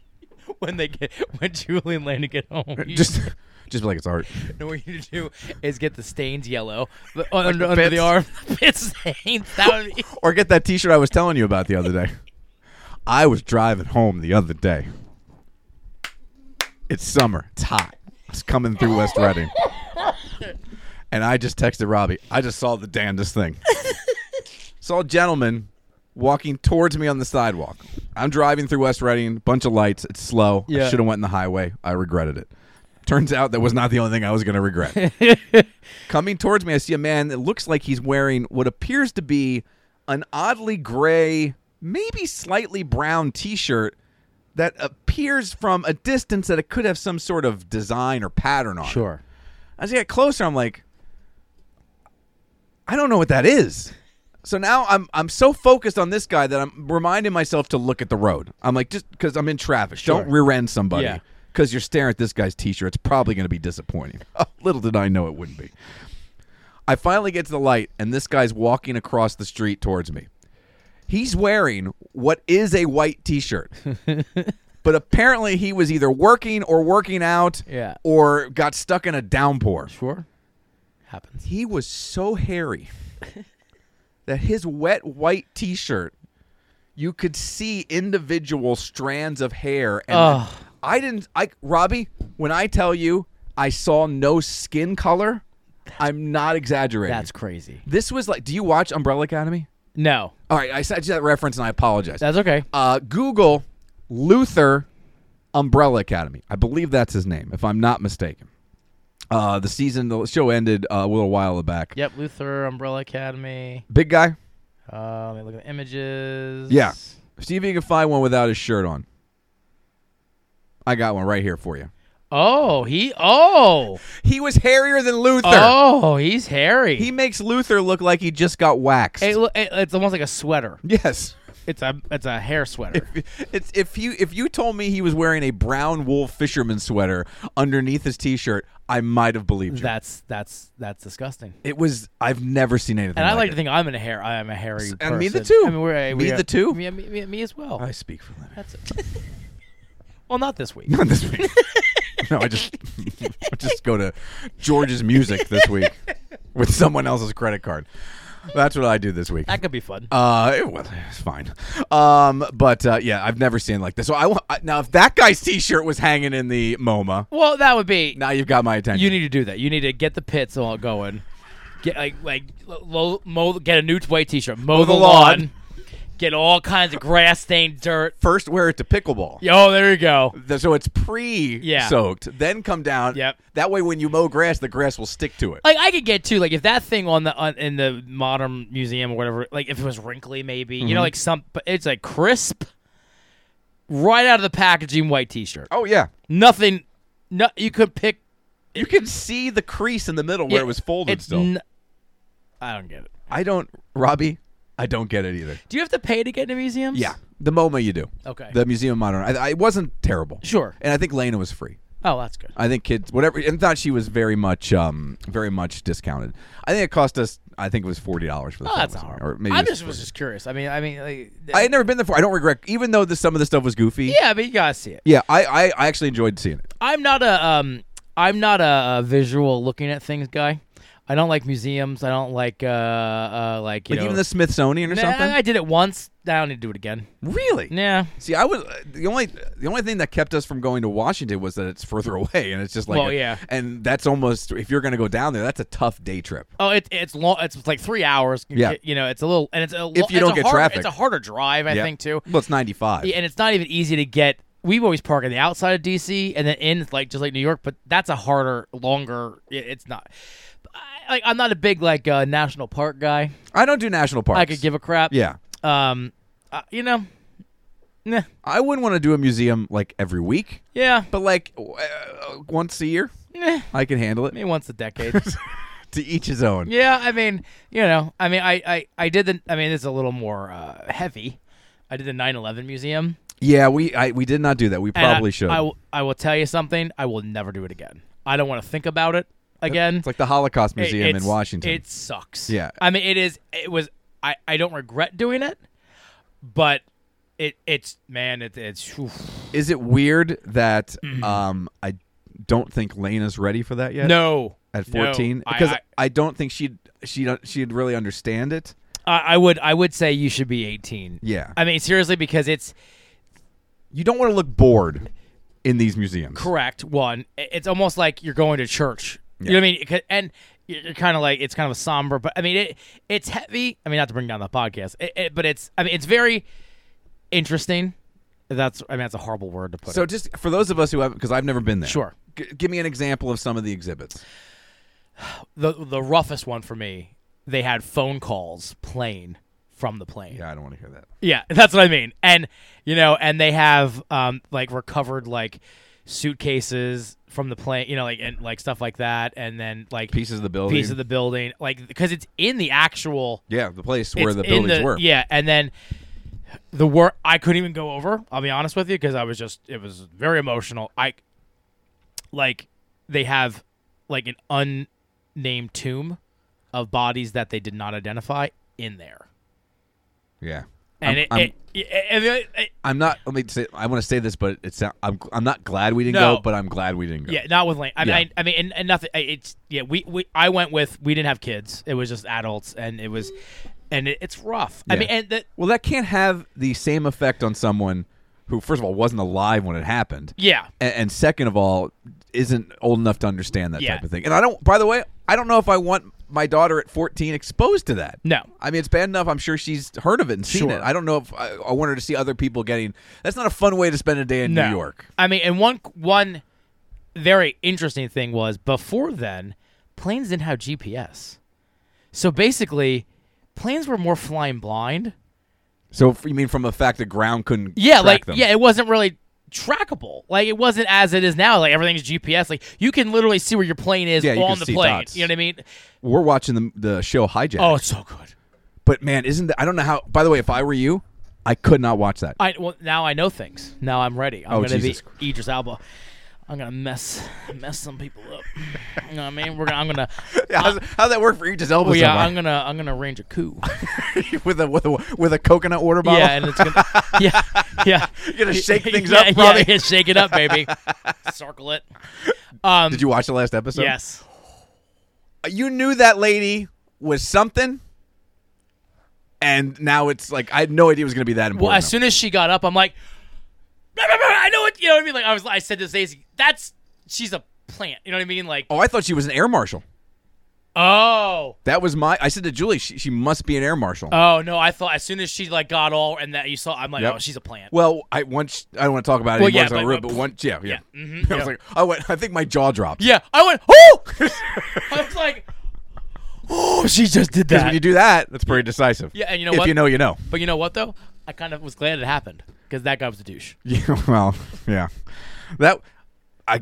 A: when they get, when Julie and Landon get home, you
B: Just. Just be like it's art.
A: know what you need to do is get the stains yellow the- under,
B: the
A: under the
B: bits?
A: arm, pit stains. That would be.
B: Or get that t shirt I was telling you about the other day. I was driving home the other day. It's summer. It's hot. It's coming through West Reading. And I just texted Robbie. I just saw the damnedest thing. saw a gentleman walking towards me on the sidewalk. I'm driving through West Reading, bunch of lights. It's slow. I
A: Yeah.
B: should have went in the highway. I regretted it. Turns out that was not the only thing I was going to regret. Coming towards me, I see a man that looks like he's wearing what appears to be an oddly gray, maybe slightly brown T-shirt that appears from a distance that it could have some sort of design or pattern on. it.
A: Sure.
B: As I get closer, I'm like, I don't know what that is. So now I'm I'm so focused on this guy that I'm reminding myself to look at the road. I'm like, just because I'm in traffic, don't rear end somebody.
A: Yeah.
B: Because you're staring at this guy's t-shirt, it's probably going to be disappointing. Little did I know it wouldn't be. I finally get to the light, and this guy's walking across the street towards me. He's wearing what is a white t-shirt. But apparently he was either working or working out
A: Yeah.
B: or got stuck in a downpour
A: Sure. Happens.
B: he was so hairy that his wet white t-shirt you could see individual strands of hair and
A: Ugh.
B: i didn't i robbie when i tell you i saw no skin color i'm not exaggerating
A: That's crazy.
B: this was like do you watch umbrella academy
A: No,
B: all right i sent you that reference and i apologize
A: that's okay.
B: uh, google luther umbrella academy i believe that's his name if i'm not mistaken uh, the season the show ended uh, a little while back
A: Yep, Luther Umbrella Academy.
B: big guy
A: Uh, let me look at the images.
B: Yeah. See if you can find one without his shirt on. I got one right here for you.
A: Oh, he. Oh.
B: He was hairier than Luther.
A: Oh, he's hairy.
B: He makes Luther look like he just got waxed.
A: Hey, look, it- it's almost like a sweater.
B: yes.
A: It's a it's a hair sweater.
B: It's if you if you told me he was wearing a brown wool fisherman sweater underneath his t-shirt, I might have believed you.
A: That's that's that's disgusting.
B: it was I've never seen anything
A: And I like
B: like
A: to
B: it.
A: think I'm in a hair. I am a hairy.
B: and me the
A: person.
B: two.
A: I mean, we're,
B: Me
A: we
B: the two.
A: Me, me, me, me as well.
B: I speak for living.
A: That's well, not this week.
B: Not this week. no, I just I just go to George's music this week with someone else's credit card. That's what I do this week.
A: That could be fun.
B: Uh, it was it's fine. Um, but uh, yeah, I've never seen like this. So I, wa- I now if that guy's t-shirt was hanging in the MoMA,
A: well, that would be.
B: now you've got my attention.
A: You need to do that. You need to get the pits all going. Get like like low, mow, get a new white t-shirt. Mow, the
B: the lawn.
A: lawn. Get all kinds of grass stained dirt.
B: first wear it to pickleball.
A: Yo, there you go.
B: Th- So it's pre-soaked, then come down.
A: Yep.
B: That way, when you mow grass, the grass will stick to it.
A: Like I could get too. Like if that thing on the on, in the modern museum or whatever. Like if it was wrinkly, maybe you know, like some. But it's like crisp, right out of the packaging, white t-shirt.
B: oh yeah,
A: Nothing. No, you could pick
B: you can see the crease in the middle where it was folded.
A: it's
B: Still,
A: n- I don't get it.
B: I don't, Robbie. I don't get it either.
A: Do you have to pay to get into museums?
B: Yeah, the MoMA you do.
A: Okay.
B: The Museum of Modern Art. I, I it wasn't terrible.
A: Sure.
B: And I think Lena was free.
A: Oh, that's good.
B: I think kids whatever and thought she was very much um very much discounted. I think it cost us I think it was forty dollars for the
A: Oh,
B: film
A: that's
B: or
A: not
B: something,
A: horrible.
B: or maybe
A: I
B: it
A: just
B: $40.
A: was just curious. I mean, I mean, like,
B: I had never been there before. I don't regret even though the some of the stuff was goofy.
A: yeah, but you gotta see it.
B: Yeah, I, I, I actually enjoyed seeing it.
A: I'm not a um, I'm not a, a visual looking at things guy. I don't like museums. I don't like uh, uh like you
B: Like
A: know.
B: even the Smithsonian or
A: Nah,
B: something.
A: I did it once. I don't need to do it again.
B: really?
A: Nah.
B: See, I was the only the only thing that kept us from going to Washington was that it's further away, and it's just like
A: Well,
B: a-
A: yeah.
B: and that's almost if you're going to go down there, that's a tough day trip.
A: Oh, it, it's long. It's like three hours.
B: Yeah.
A: You know, it's a little, and it's a. lo-
B: If
A: it's
B: you don't
A: a
B: get
A: hard-
B: traffic.
A: it's a harder drive. I
B: Yeah.
A: think too.
B: Well, it's ninety five.
A: Yeah, and it's not even easy to get. We always park on the outside of DC and then in, like just like New York, but that's a harder, longer. i- It's not. I, like I'm not a big like uh, national park guy.
B: I don't do national parks.
A: I could give a crap.
B: Yeah,
A: Um, uh, you know. Nah.
B: I wouldn't want to do a museum like every week.
A: Yeah.
B: but like w- uh, once a year,
A: Nah.
B: I can handle it.
A: Maybe once a decade.
B: To each his own.
A: yeah. I mean, you know. I mean, I I, I did the. I mean, it's a little more uh, heavy. I did the 9/11 museum.
B: Yeah, we I, we did not do that. We
A: and I-
B: probably should.
A: I, will- I will tell you something. I will never do it again. I don't want to think about it again.
B: it's like the Holocaust
A: It-
B: Museum in
A: it's-
B: Washington.
A: It sucks.
B: Yeah.
A: I mean, it is. It was. I. I don't regret doing it, but it. It's man. It, it's. oof.
B: Is it weird that
A: Mm-hmm.
B: um I don't think Lena's ready for that yet?
A: No.
B: at
A: No.
B: fourteen
A: I-
B: because I,
A: I-
B: don't think she'd she don't she'd really understand it.
A: I, I would. I would say you should be eighteen.
B: Yeah,
A: I mean, seriously, because it's
B: you don't want to look bored in these museums.
A: correct. One. I- It's almost like you're going to church. You know what I mean? It could- And you're, you're kind of like it's kind of a somber, but I mean it it's heavy. I mean not to bring down the podcast, it, it, but it's I mean it's very interesting. That's I mean that's a horrible word to put.
B: So
A: it.
B: just for those of us who haven't, because I've never been there.
A: Sure.
B: G- give me an example of some of the exhibits.
A: the the roughest one for me, they had phone calls playing from the plane.
B: Yeah, I don't want to hear that.
A: Yeah, that's what I mean. And you know, and they have um like recovered like suitcases from the plane, you know, like and like stuff like that, and then like
B: Pieces of the building.
A: piece of the building, like because it's in the actual
B: Yeah, the place where
A: it's
B: the
A: in
B: buildings were.
A: Yeah, and then the work I couldn't even go over. I'll be honest with you because I was just it was very emotional. I like they have like an unnamed tomb of bodies that they did not identify in there,
B: Yeah.
A: and
B: I'm,
A: it,
B: I'm,
A: it, it- it- it-
B: I'm not. Let me say. I want to say this, but it's. not- I'm. I'm not glad we didn't
A: No.
B: go, but I'm glad we didn't go.
A: yeah, not with Lane. I mean,
B: Yeah.
A: I, I mean, and, and nothing. I- It's yeah, we, we I went with we didn't have kids. It was just adults, and it was, and it, it's rough. I
B: Yeah.
A: mean, and the,
B: Well, that can't have the same effect on someone who, first of all, wasn't alive when it happened.
A: yeah,
B: And, and second of all, isn't old enough to understand that
A: Yeah.
B: type of thing. And I don't. By the way, I don't know if I want my daughter at 14 exposed to that.
A: No.
B: I mean, it's bad enough. I'm sure she's heard of it and seen
A: Sure.
B: it. I don't know if I, I want her to see other people getting. That's not a fun way to spend a day in
A: No.
B: New York.
A: I mean, and one one very interesting thing was before then, planes didn't have GPS. So basically, planes were more flying blind.
B: So if you mean from the fact the ground couldn't?
A: Yeah,
B: track
A: like
B: them.
A: yeah, it wasn't really trackable. Like it wasn't as it is now. Like everything's GPS. Like you can literally see where your plane is
B: Yeah, you
A: on
B: can
A: the
B: see
A: plane.
B: dots.
A: You know what I mean?
B: We're watching the the show Hijack.
A: Oh, it's so good.
B: But man, isn't that, I don't know how. By the way, if I were you, I could not watch that.
A: I well now I know things. Now I'm ready. I'm
B: Oh,
A: gonna
B: Jesus
A: be Idris Alba. I'm gonna mess mess some people up. you know what I mean? We're gonna, I'm gonna
B: how's, how'd that work for Idris Elba?
A: well, yeah,
B: so
A: I'm
B: much?
A: gonna I'm gonna arrange a coup.
B: with a with a with a coconut water bottle.
A: Yeah, and it's gonna yeah yeah. You're
B: gonna shake things
A: yeah,
B: up,
A: yeah,
B: Robbie?
A: yeah, shake it up, baby. Circle it. Um,
B: Did you watch the last episode?
A: yes.
B: You knew that lady was something, and now it's like I had no idea it was gonna be that important.
A: Well, as soon as she got up, I'm like, "Bah, bah, bah," I know what you know what I mean. Like I was, I said to Stacey, that's she's a plant. You know what I mean? Like
B: oh, I thought she was an air marshal.
A: oh.
B: That was my. I said to Julie, she, she must be an air marshal.
A: Oh no! I thought as soon as she like got all and that you saw, I'm like,
B: Yep.
A: oh, she's a plant.
B: well, I once I don't want to talk about it
A: Well,
B: anymore.
A: yeah,
B: so I
A: but-
B: wrote,
A: but-
B: but once, yeah, yeah.
A: Yeah, mhm,
B: I was
A: yeah.
B: like, I went. I think my jaw dropped.
A: yeah, I went, oh! I was like, oh, she just did
B: Because
A: that.
B: when you do that, that's pretty decisive.
A: Yeah, and you know
B: if
A: what?
B: you know, you know.
A: but you know what though? I kind of was glad it happened because that guy was a douche.
B: Yeah, well, yeah. That I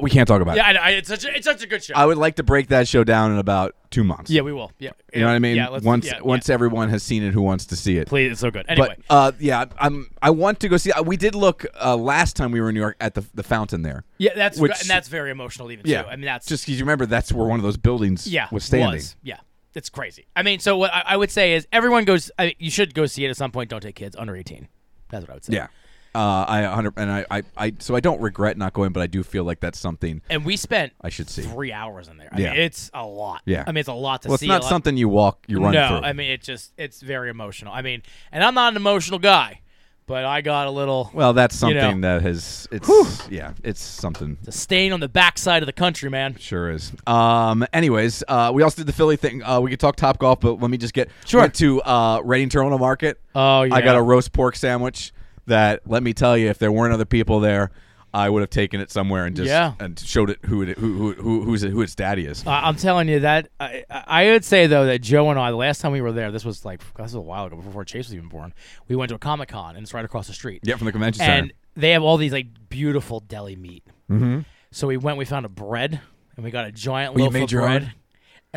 B: we can't talk about.
A: Yeah,
B: it.
A: I, know. I, it's such a, it's such a good show.
B: I would like to break that show down in about two months.
A: yeah, we will. Yeah,
B: you know what I mean.
A: Yeah, let's,
B: once
A: yeah,
B: once
A: yeah.
B: everyone has seen it, who wants to see it?
A: please, it's so good.
B: But
A: Anyway,
B: uh, yeah, I'm. I want to go see. uh, We did look uh, last time we were in New York at the the fountain there.
A: yeah, that's
B: which-
A: and that's very emotional even
B: Yeah,
A: too. I mean, that's
B: just because you remember that's where one of those buildings
A: yeah
B: was standing.
A: was. Yeah, it's crazy. I mean, so what I, I would say is everyone goes. I, you should go see it at some point. Don't take kids under eighteen. That's what I would say.
B: Yeah. Uh, I 100 and I, I, I so I don't regret not going, but I do feel like that's something
A: and we spent
B: I should see.
A: three hours in there. I
B: Yeah.
A: mean, it's a lot.
B: Yeah.
A: I mean, it's a lot to
B: Well, it's
A: see. a
B: not
A: lot-
B: something you walk, you run
A: no,
B: through.
A: I mean, it just it's very emotional. I mean, and I'm not an emotional guy, but I got a little
B: Well, that's
A: You
B: something
A: know.
B: that has it's yeah, it's something
A: the stain on the backside of the country, man.
B: sure is. Um anyways, uh we also did the Philly thing. Uh we could talk top golf, but let me just get
A: Sure.
B: went to uh Reading Terminal Market.
A: Oh, yeah.
B: I got a roast pork sandwich that let me tell you if there weren't other people there, I would have taken it somewhere and just
A: Yeah. Uh,
B: and showed it who it, who who who who's who its daddy is.
A: I- I'm telling you that I, I I would say though that Joe and I the last time we were there, this was like this was a while ago before Chase was even born. We went to a Comic Con and it's right across the street.
B: yeah, from the convention
A: and
B: center.
A: they have all these like beautiful deli meat. Mm-hmm. So we went, we found a bread, and we got a giant
B: Well, you
A: loaf
B: made
A: of
B: your
A: bread.
B: own?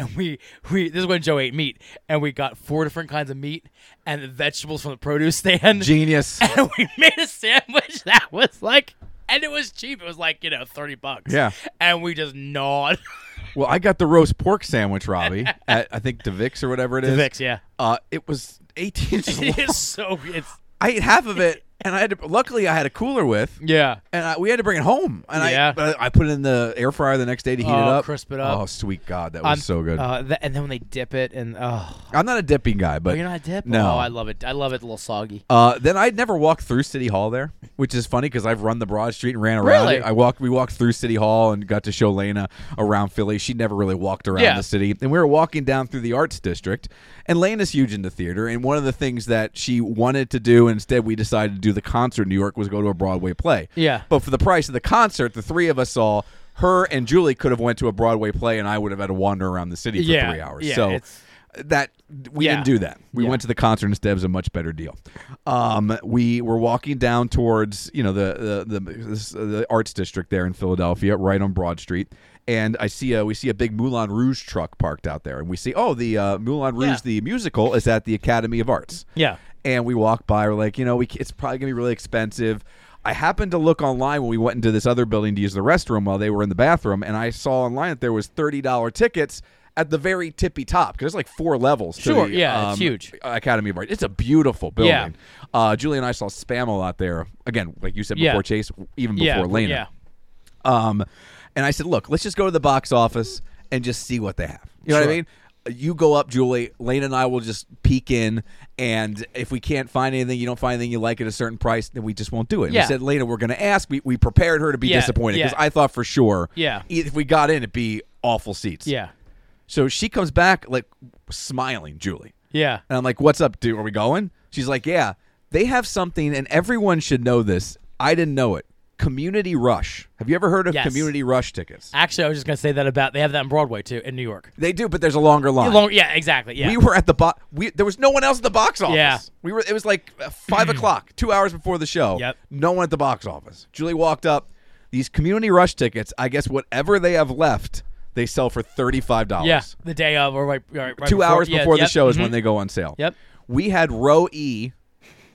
A: And we we this is when Joe ate meat, and we got four different kinds of meat and the vegetables from the produce stand.
B: Genius.
A: and we made a sandwich that was like, and it was cheap. It was like you know thirty bucks.
B: Yeah.
A: and we just gnawed.
B: Well, I got the roast pork sandwich, Robbie, at I think DeVix or whatever it is.
A: Vix, yeah.
B: Uh, it was 18 inches
A: it
B: long.
A: is so it's
B: I ate half of it and I had to. Luckily, I had a cooler with.
A: Yeah.
B: And I, we had to bring it home, and
A: Yeah.
B: I but I put it in the air fryer the next day to heat
A: Oh,
B: it up,
A: crisp it up.
B: Oh, sweet God, that was
A: I'm-
B: so good.
A: Uh, th- and then when they dip it, and oh,
B: I'm not a dipping guy, but
A: you're not dip.
B: No,
A: oh, I love it. I love it. A little soggy.
B: Uh, then I'd never walked through City Hall there, which is funny because I've run the Broad Street and ran around
A: Really?
B: it. I walked, we walked through City Hall and got to show Lena around Philly. She never really walked around
A: Yeah.
B: the city, and we were walking down through the Arts District. And Lena's huge into theater, and one of the things that she wanted to do, and instead we decided to do the concert in New York, was go to a Broadway play.
A: Yeah.
B: But for the price of the concert, the three of us saw. Her and Julie could have went to a Broadway play, and I would have had to wander around the city for
A: Yeah,
B: three hours.
A: yeah,
B: so
A: it's-
B: that we
A: Yeah.
B: didn't do that. We
A: Yeah.
B: went to the concert instead. It was a much better deal. Um, we were walking down towards you know the the, the this- uh, the arts district there in Philadelphia, right on Broad Street, and I see a we see a big Moulin Rouge truck parked out there, and we see oh the uh, Moulin Rouge
A: Yeah.
B: the musical is at the Academy of Arts.
A: Yeah.
B: and we walk by. We're like you know we c- it's probably gonna be really expensive. I happened to look online when we went into this other building to use the restroom while they were in the bathroom, and I saw online that there was thirty dollar tickets at the very tippy top because there's like four levels. to
A: Sure,
B: the, um,
A: yeah, it's huge.
B: Academy of Art. It's a beautiful building.
A: Yeah.
B: Uh, Julie and I saw Spam a lot there. Again, like you said
A: Yeah.
B: before, Chase, even before
A: yeah.
B: Lena.
A: Yeah.
B: Um, and I said, look, let's just go to the box office and just see what they have. You know what I
A: Sure.
B: mean? You go up, Julie. Lane and I will just peek in, and if we can't find anything, you don't find anything you like at a certain price, then we just won't do it. And
A: Yeah.
B: We said, Lena, we're going to ask. We, we prepared her to be
A: Yeah,
B: disappointed because
A: yeah.
B: I thought for sure,
A: Yeah.
B: if we got in, it'd be awful seats.
A: Yeah.
B: So she comes back like smiling, Julie.
A: Yeah.
B: And I'm like, what's up, dude? Are we going? She's like, yeah. They have something, and everyone should know this. I didn't know it. Community Rush. Have you ever heard of
A: Yes.
B: Community Rush tickets?
A: Actually, I was just gonna say that about they have that on Broadway too in New York.
B: They do, but there's a longer line.
A: Long- yeah, exactly. Yeah.
B: We were at the box. We there was no one else at the box office.
A: Yeah.
B: we were. It was like uh, five o'clock, two hours before the show.
A: Yep.
B: No one at the box office. Julie walked up. These Community Rush tickets. I guess whatever they have left, they sell for thirty five dollars.
A: yeah. The day of or right, right, right
B: two
A: before,
B: hours
A: yeah,
B: before the
A: yep,
B: show is
A: mhm.
B: when they go on sale.
A: Yep.
B: We had row E,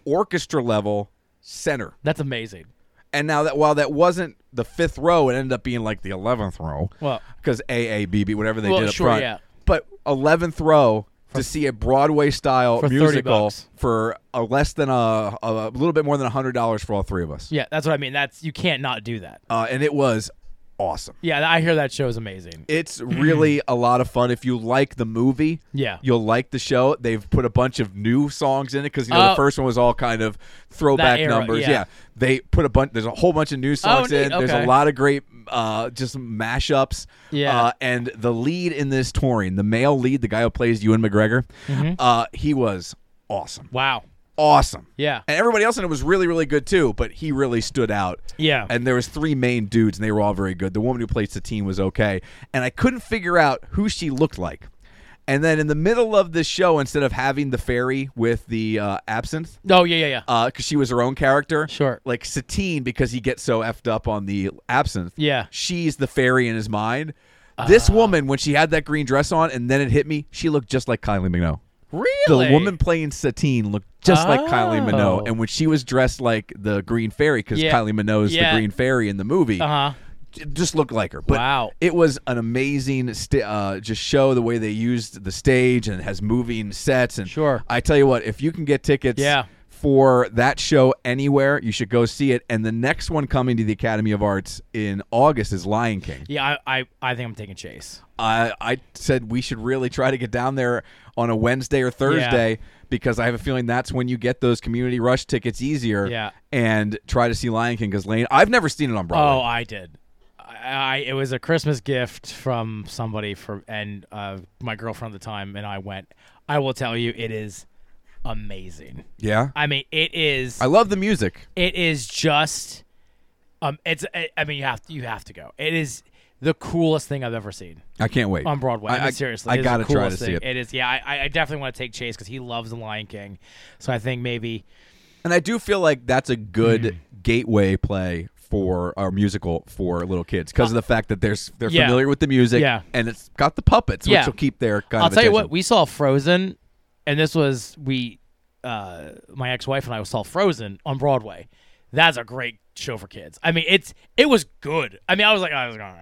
B: orchestra level center,
A: That's amazing.
B: and now that while that wasn't the fifth row, it ended up being like the eleventh row.
A: Well-
B: because AABB, whatever they
A: Well,
B: did up
A: sure,
B: front,
A: yeah.
B: but eleventh row. to see a Broadway style
A: For 30
B: musical
A: bucks.
B: for a less than a, a, a little bit more than hundred dollars for all three of us,
A: Yeah, that's what I mean. That's you can't not do that.
B: uh, and it was awesome.
A: Yeah, I hear that show is amazing.
B: It's really a lot of fun. If you like the movie,
A: Yeah.
B: you'll like the show. They've put a bunch of new songs in it because you know the
A: Oh.
B: first one was all kind of throwback
A: era,
B: numbers.
A: yeah. Oh,
B: they put a bunch. There's a whole bunch of new songs
A: neat,
B: in. There's a
A: okay.
B: lot of great, uh, just mashups.
A: Yeah.
B: uh, and the lead in this touring, the male lead, the guy who plays Ewan McGregor,
A: Mm-hmm.
B: uh, he was awesome,
A: Wow.
B: awesome.
A: Yeah.
B: And everybody else in it was really, really good too, but he really stood out.
A: Yeah.
B: And there was three main dudes, and they were all very good. The woman who plays the team was okay, and I couldn't figure out who she looked like. And then in the middle of the show, instead of having the fairy with the uh, absinthe,
A: Oh yeah, yeah, yeah.
B: because Uh, she was her own character,
A: Sure.
B: like Satine, because he gets so effed up on the absinthe.
A: Yeah. Uh.
B: she's the fairy in his mind. This woman, when she had that green dress on, and then it hit me, she looked just like Kylie Minogue.
A: really?
B: The woman playing Satine looked just like Kylie
A: Oh.
B: Minogue, and when she was dressed like the Green Fairy, because
A: Yeah.
B: Kylie Minogue's
A: Yeah.
B: the Green Fairy in the movie,
A: Uh huh.
B: j- just looked like her. But
A: Wow.
B: it was an amazing st- uh, just show. The way they used the stage and it has moving sets, and
A: Sure.
B: I tell you what, if you can get tickets,
A: Yeah.
B: For that show anywhere, you should go see it. And the next one coming to the Academy of Arts in August is Lion King.
A: Yeah, I, I, I think I'm taking Chase.
B: I I said we should really try to get down there on a Wednesday or Thursday because I have a feeling that's when you get those community rush tickets easier.
A: Yeah.
B: And try to see Lion King because Lane, I've never seen it on
A: Oh,
B: Broadway.
A: I did. I, I it was a Christmas gift from somebody for and uh, my girlfriend at the time, and I went. I will tell you, it is amazing.
B: yeah. I,
A: I mean, it is.
B: love the music.
A: it is just. Um, it's. I- I mean, you have to. You have to go. It is the coolest thing I've ever seen.
B: I can't wait
A: on Broadway. I,
B: I,
A: mean, seriously,
B: I
A: it is the
B: gotta try to
A: coolest
B: see
A: thing.
B: it.
A: It is, yeah. I, I definitely want to take Chase because he loves The Lion King, so I think maybe,
B: And I do feel like that's a good
A: Mm.
B: gateway play for our musical for little kids because of the fact that they're s- they're
A: Yeah.
B: familiar with the music
A: Yeah.
B: and it's got the puppets
A: Yeah.
B: which will keep their kind
A: I'll
B: of
A: tell you
B: attention.
A: what, we saw Frozen, and this was we, uh, my ex-wife and I saw Frozen on Broadway. That's a great show for kids. I mean, it's it was good. I mean, I was like, I was going,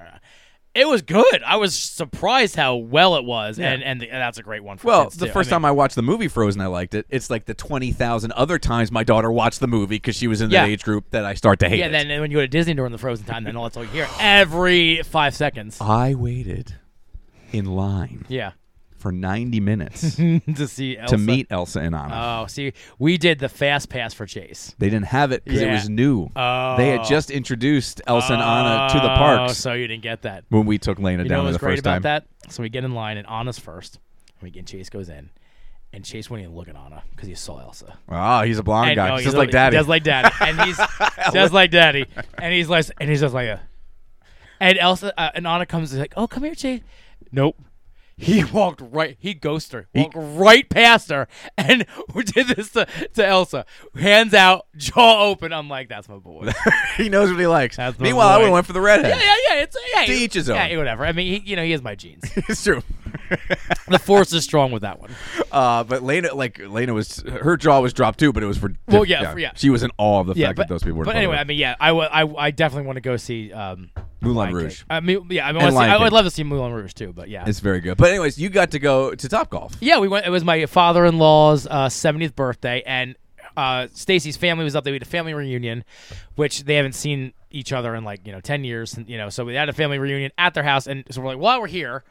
A: It was good. I was surprised how well it was, and and, the, and that's a great one. For
B: Well,
A: kids
B: the
A: too.
B: first
A: I mean,
B: time I watched the movie Frozen, I liked it. It's like the twenty thousand other times my daughter watched the movie because she was in that
A: Yeah.
B: age group that I start to hate.
A: yeah,
B: it.
A: then then when you go to Disney during the Frozen time, then that's all you hear every five seconds.
B: I waited in line
A: Yeah,
B: for ninety minutes
A: to see Elsa.
B: to meet Elsa and Anna.
A: Oh, see, we did the fast pass for Chase.
B: they didn't have it because it
A: Yeah.
B: was new. They had just introduced Elsa and Anna to the
A: Oh,
B: parks
A: so you didn't get that.
B: when we took Lena
A: You know
B: down
A: what
B: there
A: was
B: the
A: great
B: first
A: about
B: time.
A: that? So we get in line, and Anna's first. And we get and Chase goes in, and Chase wouldn't even look at Anna because he saw Elsa.
B: Oh, he's a blonde
A: And,
B: guy,
A: oh,
B: just
A: he's
B: like
A: a-
B: Daddy.
A: just like daddy, and he's just like daddy, and he's like, and he's just like, a, and Elsa uh, and Anna comes like, oh, come here, Jay. Nope. He walked right. He ghosted her. Walked right past her, and we did this to, to Elsa. Hands out, jaw open. I'm like, that's my boy. yeah,
B: he knows what he likes.
A: That's my
B: Meanwhile, I
A: boy.
B: would have went for the redhead.
A: yeah, yeah. It's yeah.
B: To each his own.
A: Yeah, whatever. I mean, he, you know, he has my genes.
B: it's true.
A: the force is strong with that one.
B: Uh, but Lena, like Lena, was her jaw was dropped too, but it was for
A: Well, yeah, for- yeah.
B: She was in awe of the
A: Yeah,
B: fact
A: but,
B: that those people were.
A: but
B: in front of
A: anyway,
B: her.
A: I mean, yeah, I wa- I- I definitely want to go see um,
B: Moulin
A: Lion
B: Rouge.
A: King. I mean, yeah, I, mean, I, wanna
B: And
A: see-
B: Lion
A: I would
B: King.
A: love to see Moulin Rouge too, but yeah,
B: it's very good. But anyways, you got to go to Top Golf.
A: yeah, we went. It was my father-in-law's uh, seventieth birthday, and uh, Stacy's family was up there. We had a family reunion, which they haven't seen each other in like you know ten years, and, you know. So we had a family reunion at their house, and so we're like, while we're here.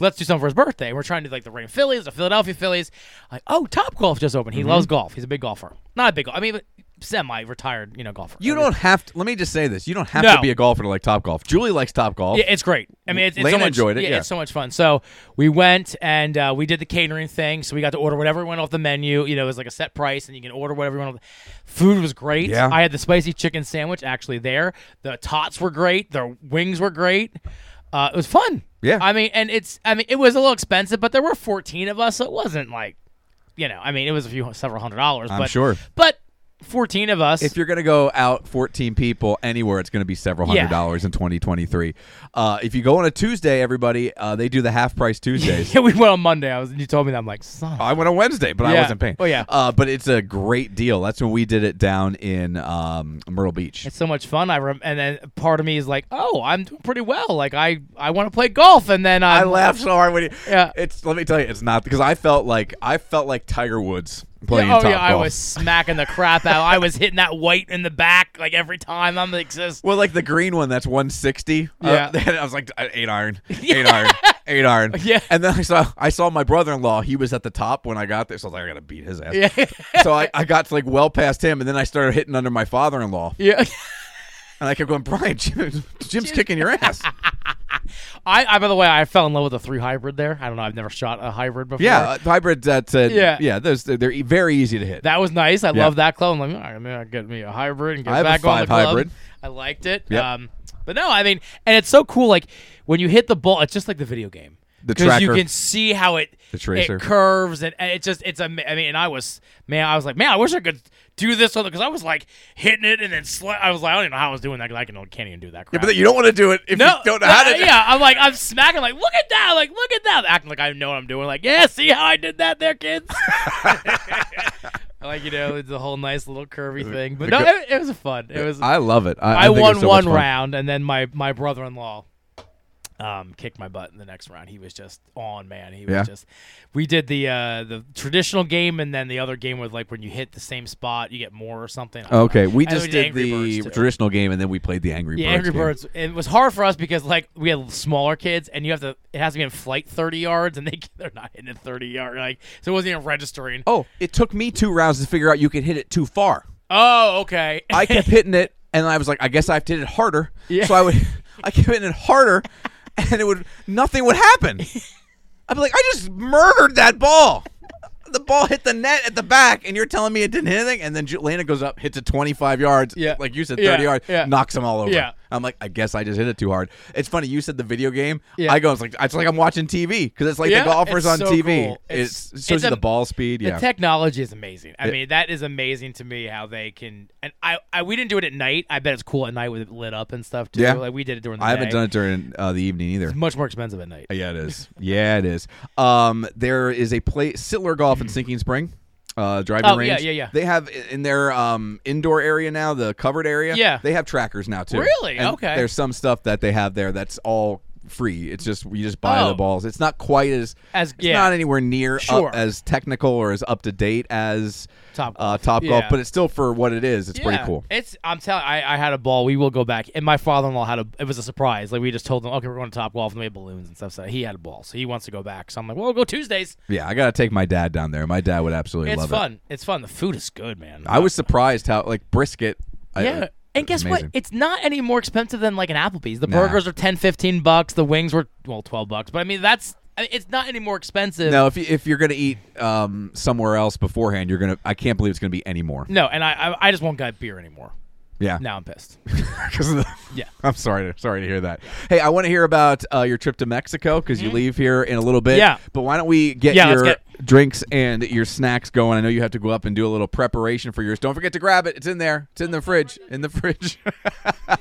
A: Let's do something for his birthday. And we're trying to do like the Rain Phillies, the Philadelphia Phillies. Like, oh, Top Golf just opened. He
B: Mm-hmm.
A: loves golf. He's a big golfer. Not a big, I mean, but semi-retired, you know, golfer.
B: You
A: I mean,
B: don't have to. Let me just say this: you don't have to
A: Oh, No.
B: be a golfer to like Top Golf. Julie likes Top Golf.
A: Yeah, it's great. I mean, it's, it's so
B: Lena
A: much,
B: enjoyed it, yeah.
A: it's so much fun. So we went and uh, we did the catering thing. So we got to order whatever went off the menu. You know, it was like a set price, and you can order whatever you want. Food was great.
B: Yeah.
A: I had the spicy chicken sandwich actually there. The tots were great. The wings were great. Uh, it was fun.
B: Yeah.
A: I mean, and it's I mean, it was a little expensive, but there were 14 of us, so it wasn't like, you know, I mean, it was a few several hundred dollars.
B: I'm
A: but,
B: sure.
A: But 14 of us.
B: If you're gonna go out 14 people anywhere, it's gonna be several hundred
A: Yeah.
B: dollars in 2023. Uh, if you go on a Tuesday, everybody uh, they do the half price Tuesdays.
A: yeah, we went on Monday. I was. You told me that. I'm like, son.
B: I went on Wednesday, but I
A: Yeah.
B: wasn't paying.
A: Oh, yeah.
B: uh, but it's a great deal. That's when we did it down in um, Myrtle Beach.
A: it's so much fun. I rem- and then part of me is like, oh, I'm doing pretty well. Like I, I want to play golf, and then um,
B: I
A: I'm,
B: laughed so hard when he.
A: Yeah.
B: It's let me tell you, it's not because I felt like I felt like Tiger Woods
A: Yeah,
B: playing
A: oh
B: Top
A: yeah, I
B: Golf.
A: was smacking the crap out. I was hitting that white in the back like every time. I'm like, this.
B: Well, like the green one, that's 160.
A: Yeah.
B: Uh, I was like, eight iron, eight iron, eight iron.
A: Yeah.
B: And then I saw I saw my brother in law. He was at the top when I got there, so I was like, I gotta beat his ass.
A: Yeah.
B: so I, I got to like well past him, and then I started hitting under my father in law,
A: Yeah,
B: and I kept going, Brian, Jim, Jim's kicking your ass.
A: I, I. By the way, I fell in love with a three hybrid there. I don't know. I've never shot a hybrid before.
B: yeah, uh, hybrids. That's uh, yeah,
A: Yeah.
B: yeah. Those they're e- very easy to hit.
A: that was nice. I
B: Yeah.
A: love that club. I'm like, all right, man, I get me a hybrid and get
B: I have a
A: back on the
B: five
A: club.
B: hybrid.
A: I liked it.
B: Yep.
A: Um, but no, I mean, and it's so cool. Like when you hit the ball, it's just like the video game.
B: The
A: because you
B: tracker.
A: can see how it
B: The tracer.
A: it curves and, and it just it's a I mean and I was man I was like man I wish I could do this because I was like hitting it and then sli- I was like I don't even know how I was doing that 'cause I can, can't even do that crap
B: but you don't want to do it if you don't know how
A: uh,
B: to. do-
A: Yeah, I'm like, I'm smacking, like, look at that, like, look at that, acting like I know what I'm doing. Like, yeah, see how I did that there, kids. like you know, it's a whole nice little
B: Uh,
A: curvy thing. But no, it, it was fun. It was. I,
B: I love it. I, I think it's
A: won
B: so much
A: one
B: fun.
A: round, and then my my brother-in-law. Um, kicked my butt in the next round. He was just on, man. He was
B: Yeah.
A: just. We did the uh, the traditional game, and then the other game with like when you hit the same spot, you get more or something. I don't know.
B: Okay, we
A: And then
B: just did
A: Angry
B: the
A: Birds, too.
B: traditional game, and then we played the Angry
A: Yeah,
B: Birds.
A: Angry
B: game.
A: Birds. It was hard for us because like we had smaller kids, and you have to. It has to be in flight thirty yards, and they they're not hitting it thirty yard. Like so, it wasn't even registering.
B: Oh, it took me two rounds to figure out you could hit it too far.
A: Oh, okay.
B: I kept hitting it, and I was like, I guess I have to hit it harder.
A: Yeah.
B: So I would, I kept hitting it harder, and it would nothing would happen. I'd be like, I just murdered that ball. The ball hit the net at the back, and you're telling me it didn't hit anything. And then Ju- Lena goes up, hits it 25 yards,
A: Yeah.
B: like you said, 30
A: Yeah,
B: yards,
A: yeah.
B: knocks them all over.
A: Yeah.
B: I'm like, I guess I just hit it too hard. It's funny you said the video game.
A: Yeah.
B: I go, it's like it's like I'm watching TV because it's like
A: Yeah,
B: the golfers
A: it's
B: on
A: so
B: TV.
A: cool.
B: It's,
A: It's-
B: it shows
A: it's
B: you
A: a-
B: the ball speed.
A: The
B: Yeah,
A: technology is amazing. I
B: It-
A: mean, that is amazing to me how they can. And I, I, we didn't do it at night. I bet it's cool at night with it lit up and stuff too.
B: Yeah.
A: like we did it during. the
B: I haven't
A: day.
B: done it during uh, the evening either.
A: It's much more expensive at night.
B: Yeah, it is. Yeah, it is. Um, there is a place, Sittler Golf in Sinking Spring, uh, driving
A: Oh, yeah,
B: range.
A: yeah, yeah.
B: They have i- in their um, indoor area now, the covered area.
A: Yeah.
B: they have trackers now too.
A: Really?
B: And
A: Okay.
B: There's some stuff that they have there that's all free. It's just you just buy
A: Oh.
B: the balls. It's not quite as
A: As-
B: it's
A: yeah.
B: not anywhere near
A: Sure.
B: up as technical or as up to date as
A: Top
B: uh,
A: Golf.
B: Top Golf,
A: Yeah.
B: but it's still for what it is. It's pretty
A: Yeah,
B: cool.
A: It's I'm telling I I had a ball. We will go back. And my father-in-law had a it was a surprise. Like we just told him, "Okay, we're going to Top Golf and we have balloons and stuff." So he had a ball. So he wants to go back. So I'm like, "Well, we'll go Tuesdays."
B: Yeah, I gotta take my dad down there. My dad would absolutely
A: It's
B: love it.
A: fun. It's fun. The food is good, man.
B: I was surprised how like brisket. I-
A: Yeah.
B: it
A: and
B: was
A: guess
B: amazing.
A: what? It's not any more expensive than like an Applebee's. The
B: Nah.
A: burgers are 10, 15 bucks. The wings were well, 12 bucks. But I mean, that's I mean, it's not any more expensive.
B: No, if you, if you're gonna eat um, somewhere else beforehand, you're gonna. I can't believe it's gonna be any more.
A: No, and I I, I just won't get beer anymore.
B: Yeah.
A: Now I'm pissed.
B: 'Cause of the-
A: Yeah.
B: I'm sorry. To, sorry to hear that. Hey, I want to hear about uh, your trip to Mexico because you leave here in a little bit.
A: Mm-hmm. Yeah.
B: But why don't we get
A: Yeah, let's
B: your
A: get-
B: drinks and your snacks going? I know you have to go up and do a little preparation for yours. Don't forget to grab it. It's in there. It's in the fridge. In the fridge.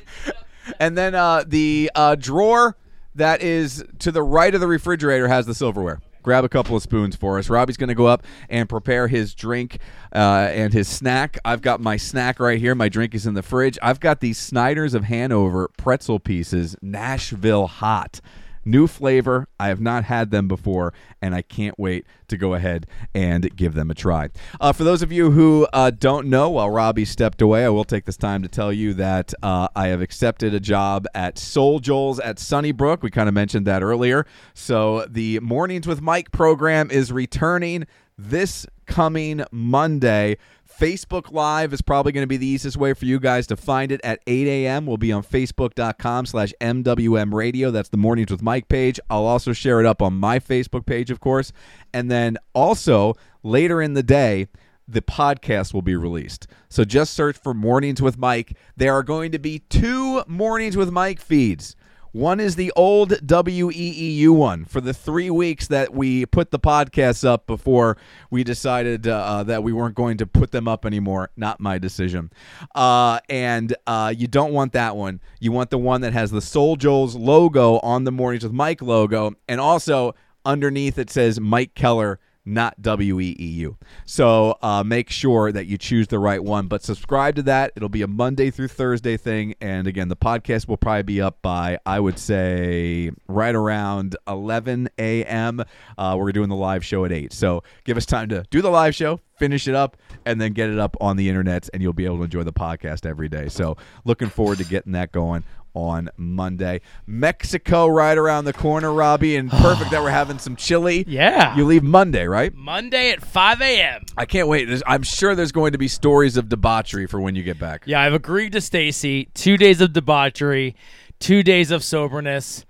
B: and then uh, the uh, drawer that is to the right of the refrigerator has the silverware. Grab a couple of spoons for us. Robbie's going to go up and prepare his drink uh, and his snack. I've got my snack right here. My drink is in the fridge. I've got these Snyder's of Hanover pretzel pieces, Nashville hot. New flavor. I have not had them before, and I can't wait to go ahead and give them a try. Uh, for those of you who uh, don't know, while Robbie stepped away, I will take this time to tell you that uh, I have accepted a job at Soul Joel's at Sunnybrook. We kind of mentioned that earlier. So the Mornings with Mike program is returning this coming Monday. Facebook Live is probably going to be the easiest way for you guys to find it at 8 a.m. We'll be on facebook.com slash MWM radio. That's the Mornings with Mike page. I'll also share it up on my Facebook page, of course. And then also later in the day, the podcast will be released. So just search for Mornings with Mike. There are going to be two Mornings with Mike feeds. One is the old WEEU one for the three weeks that we put the podcasts up before we decided uh, uh, that we weren't going to put them up anymore. Not my decision. Uh, and uh, you don't want that one. You want the one that has the Soul Joel's logo on the Mornings with Mike logo. And also underneath it says Mike Keller not WEEU. So uh, make sure that you choose the right one, but subscribe to that. It'll be a Monday through Thursday thing. And again, the podcast will probably be up by, I would say, right around 11 a.m. Uh, we're doing the live show at 8. So give us time to do the live show, finish it up, and then get it up on the internet, and you'll be able to enjoy the podcast every day. So looking forward to getting that going on Monday. Mexico right around the corner, Robbie, and perfect that we're having some chili.
A: Yeah.
B: You leave Monday, right?
A: Monday at 5 a.m.
B: I can't wait. There's, I'm sure there's going to be stories of debauchery for when you get back.
A: Yeah, I've agreed to Stacy. Two days of debauchery, two days of soberness,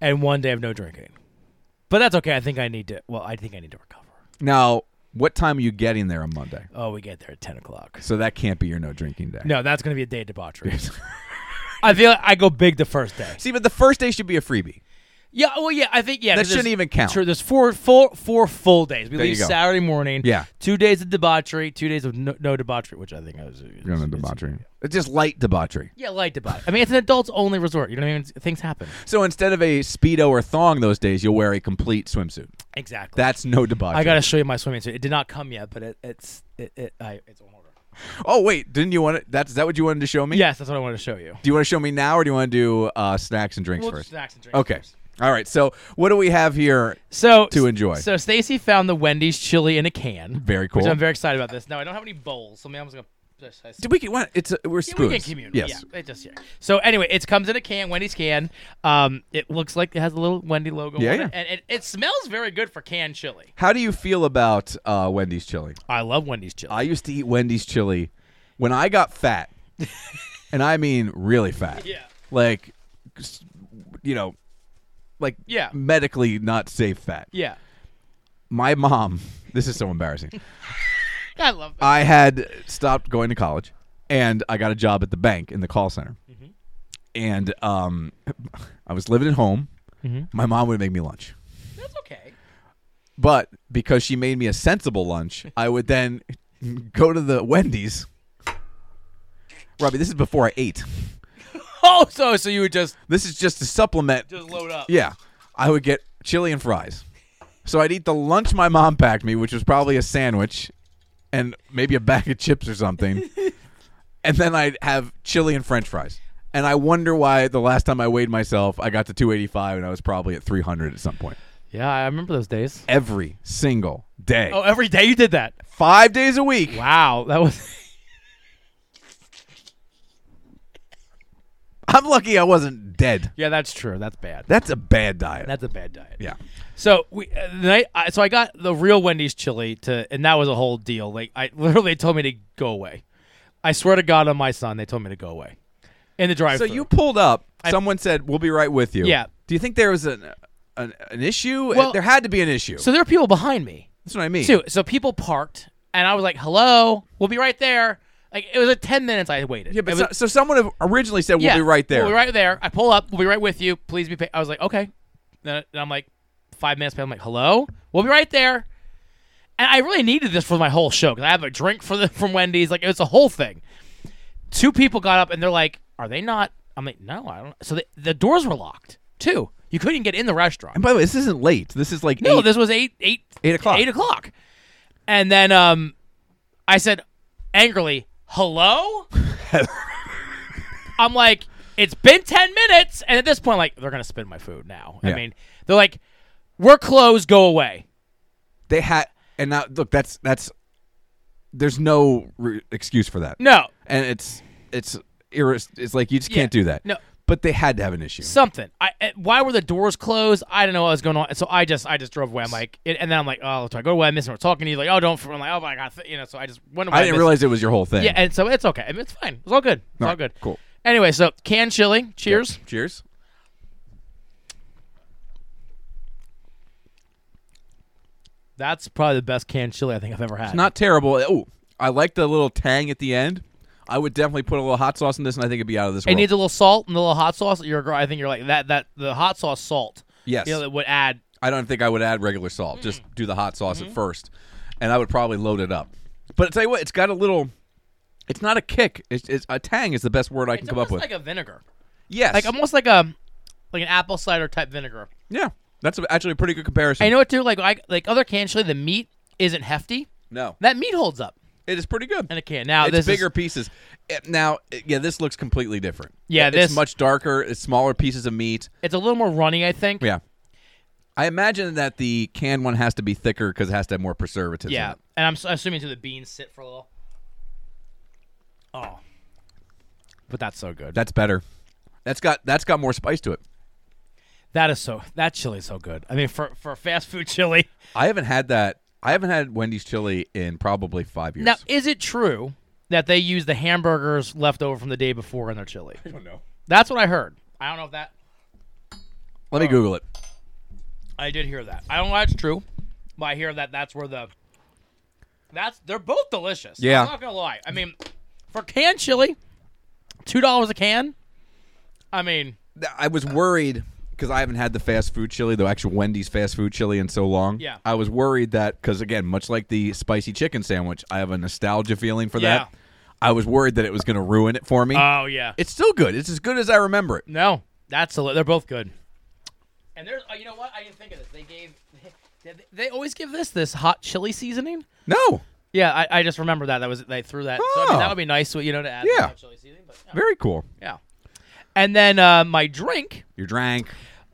A: and one day of no drinking. But that's okay. I think I need to. Well, I think I need to recover.
B: Now, what time are you getting there on Monday?
A: Oh, we get there at ten o'clock.
B: So that can't be your no drinking day.
A: No, that's gonna be a day of debauchery. I feel like I go big the first day.
B: See, but the first day should be a freebie.
A: Yeah, well, yeah, I think yeah.
B: That
A: 'cause there's-
B: shouldn't even count.
A: Sure, there's four, four, four full days. We
B: There
A: leave
B: you go.
A: Saturday morning.
B: Yeah.
A: two days of debauchery, two days of no, no debauchery, which I think I was.
B: You're on the debauchery. It's just light debauchery.
A: Yeah, light debauchery. I mean, it's an adults only resort. You know what I mean? Things happen.
B: So instead of a speedo or thong those days, you'll wear a complete swimsuit.
A: Exactly.
B: That's no debauchery.
A: I gotta show you my swimming suit. It did not come yet, but it, it's it, it I, it's on order.
B: Oh wait, didn't you want it? That's is that what you wanted to show me?
A: Yes, that's what I wanted to show you.
B: Do you want to show me now, or do you want to do uh, snacks and drinks
A: We'll do
B: first?
A: snacks and drinks
B: Okay.
A: first.
B: All right. So what do we have here?
A: So
B: To enjoy.
A: So Stacy found the Wendy's chili in a can.
B: Very
A: Which
B: cool.
A: I'm very excited about this. Now I don't have any bowls, so maybe I'm just gonna. just- I-
B: Did we get one? It's a, we're
A: Yeah,
B: spoons.
A: we can community.
B: Yes.
A: Yeah, it just yeah. So anyway, it comes in a can, Wendy's can. Um, it looks like it has a little Wendy logo
B: Yeah,
A: on
B: yeah.
A: it, and it, it smells very good for canned chili.
B: How do you feel about uh, Wendy's chili?
A: I love Wendy's chili.
B: I used to eat Wendy's chili when I got fat, and I mean really fat.
A: Yeah.
B: Like, s- you know, like
A: Yeah.
B: medically not safe fat.
A: yeah,
B: My mom, this is so embarrassing.
A: I love. That.
B: I had stopped going to college, and I got a job at the bank in the call center.
A: Mm-hmm.
B: And um, I was living at home.
A: Mm-hmm.
B: My mom would make me lunch.
A: That's okay.
B: But because she made me a sensible lunch, I would then go to the Wendy's. Robbie, this is before I ate.
A: Oh, so so you would just
B: This is just to supplement.
A: just load up.
B: Yeah, I would get chili and fries. So I'd eat the lunch my mom packed me, which was probably a sandwich and maybe a bag of chips or something. and then I'd have chili and french fries. And I wonder why the last time I weighed myself, I got to 285 and I was probably at 300 at some point.
A: Yeah, I remember those days.
B: Every single day.
A: Oh, every day you did that.
B: Five days a week.
A: Wow, that was.
B: I'm lucky I wasn't dead.
A: Yeah, that's true. That's bad.
B: That's a bad diet.
A: That's a bad diet.
B: yeah.
A: So we, uh, the night, I, so I got the real Wendy's chili to, and that was a whole deal. Like I literally told me to go away. I swear to God on my son, they told me to go away in the drive.
B: So you pulled up. Someone said, "We'll be right with you."
A: Yeah.
B: Do you think there was an an, an issue?
A: Well-
B: there had to be an issue.
A: So there were people behind me
B: That's what I mean.
A: too. So people parked, and I was like, "Hello, we'll be right there." Like it was a ten minutes I waited.
B: Yeah, but
A: It
B: so,
A: was-
B: so someone have originally said, "We'll
A: yeah,
B: be right there."
A: We'll be right there. I pull up. We'll be right with you. Please be. Pa-. I was like, okay. Then then I'm like, five minutes. I'm like, hello. We'll be right there. And I really needed this for my whole show because I have a drink for the from Wendy's. Like it was a whole thing. Two people got up and they're like, are they not? I'm like, no, I don't. So the, the doors were locked too. You couldn't get in the restaurant.
B: And by the way, this isn't late. This is like
A: No,
B: eight.
A: this was eight, eight,
B: Eight o'clock.
A: eight o'clock. And then um, I said angrily, "Hello." I'm like, it's been ten minutes, and at this point, like, they're gonna spin my food now. I
B: Yeah.
A: mean, they're like, "We're closed, go away."
B: they had. And now look, that's that's. There's no re- excuse for that.
A: No,
B: And it's it's irres- It's like you just
A: Yeah.
B: can't do that.
A: No.
B: But they had to have an issue.
A: something. I uh, why were the doors closed? I don't know what was going on. So I just I just drove away. I'm like, it, and then I'm like, oh, do I go away? I'm missing. We're talking to you. Like, oh, don't. I'm like, oh my god, you know. So I just went away.
B: I didn't
A: missed-
B: realize it was your whole thing.
A: Yeah, and so it's okay. I mean, it's fine. It's all good. It's all,
B: right,
A: good.
B: cool.
A: Anyway, so canned chili. Cheers.
B: Cheers.
A: That's probably the best canned chili I think I've ever had.
B: It's not terrible. Oh, I like the little tang at the end. I would definitely put a little hot sauce in this, and I think it'd be out of this
A: It
B: world.
A: needs a little salt and a little hot sauce. You're, I think you're like that. That the hot sauce salt.
B: Yes.
A: You know, it would add.
B: I don't think I would add regular salt. Just
A: Mm-hmm.
B: do the hot sauce at first, and I would probably load it up. But I tell you what, it's got a little. It's not a kick. It's, it's a tang is the best word I can
A: It's
B: come up
A: almost
B: with.
A: like a vinegar,
B: yes.
A: like almost like a like an apple cider type vinegar.
B: yeah. That's actually a pretty good comparison.
A: I know it too. Like I, like other canned chili, the meat isn't hefty.
B: No,
A: That meat holds up
B: it is pretty good.
A: in a can. Now
B: it's
A: this
B: bigger
A: Is,
B: pieces. Eh, Now, eh, yeah, this looks completely different.
A: Yeah,
B: it's
A: this-
B: much darker. It's smaller pieces of meat.
A: it's a little more runny, I think.
B: Yeah. I imagine that the canned one has to be thicker because it has to have more preservatives. in
A: Yeah,
B: it.
A: and I'm s- assuming too the beans sit for a little. Oh, but that's so good.
B: that's better. That's got that's got more spice to it.
A: that is so. That chili's so good. I mean, for for fast food chili.
B: I haven't had that. I haven't had Wendy's chili in probably five years.
A: Now, is it true that they use the hamburgers left over from the day before in their chili?
B: I don't know.
A: That's what I heard. I don't know if that.
B: Let me Google it.
A: I did hear that. I don't know if that's true, but I hear that that's where the. That's they're both delicious.
B: Yeah.
A: I'm not gonna lie. I mean, for canned chili, two dollars a can. I mean,
B: Th- I was worried because I haven't had the fast food chili, the actual Wendy's fast food chili, in so long.
A: Yeah.
B: I was worried that because again, much like the spicy chicken sandwich, I have a nostalgia feeling for that.
A: Yeah.
B: I was worried that it was going to ruin it for me.
A: oh yeah.
B: it's still good. It's as good as I remember it.
A: No, that's a, li- they're both good. And there's, oh, you know what? I didn't think of this. They gave, they, they always give this this hot chili seasoning.
B: No,
A: Yeah, I, I just remember that. That was they threw that. So I mean,
B: Oh.
A: that would be nice, you know, to add.
B: Yeah.
A: hot chili seasoning, but yeah.
B: very cool.
A: yeah. And then uh, my drink,
B: You drank.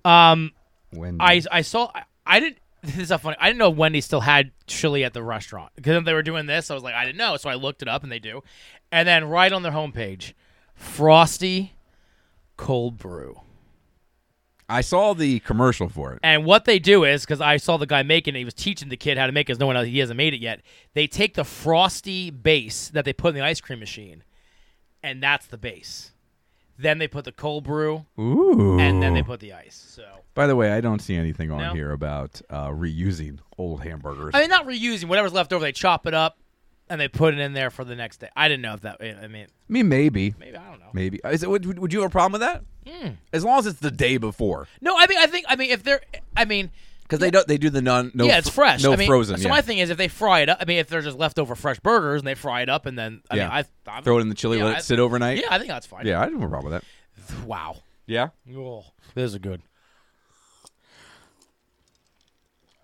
A: um,
B: Wendy's.
A: I I saw I, I didn't. This is so funny. I didn't know Wendy still had chili at the restaurant because they were doing this. I was like, I didn't know, so I looked it up, and they do. And then right on their homepage, frosty cold brew.
B: I saw the commercial for it.
A: And what they do is, because I saw the guy making it, he was teaching the kid how to make it because no one else, he hasn't made it yet. They take the frosty base that they put in the ice cream machine, and that's the base. Then they put the cold brew,
B: Ooh.
A: and then they put the ice. So
B: By the way, I don't see anything on
A: No?
B: here about uh, reusing old hamburgers.
A: I mean, not reusing whatever's left over. They chop it up, and they put it in there for the next day. I didn't know if that. I mean,
B: I mean, maybe.
A: maybe I don't know.
B: Maybe. Is it, would, would you have a problem with that?
A: Hmm.
B: As long as it's the day before,
A: No, I mean, I think. I mean, if they're, I mean,
B: because they don't. They do the non. No,
A: yeah, it's
B: fr-
A: fresh.
B: No
A: I mean,
B: frozen.
A: So
B: yeah.
A: my thing is, if they fry it up, I mean, if they're just leftover fresh burgers and they fry it up, and then I
B: Yeah.
A: mean, I, I
B: Throw it in the chili,
A: yeah,
B: let
A: I-
B: it sit overnight.
A: Yeah, I think that's fine.
B: Yeah, I don't have a problem with that.
A: Wow.
B: Yeah.
A: Oh, this is good.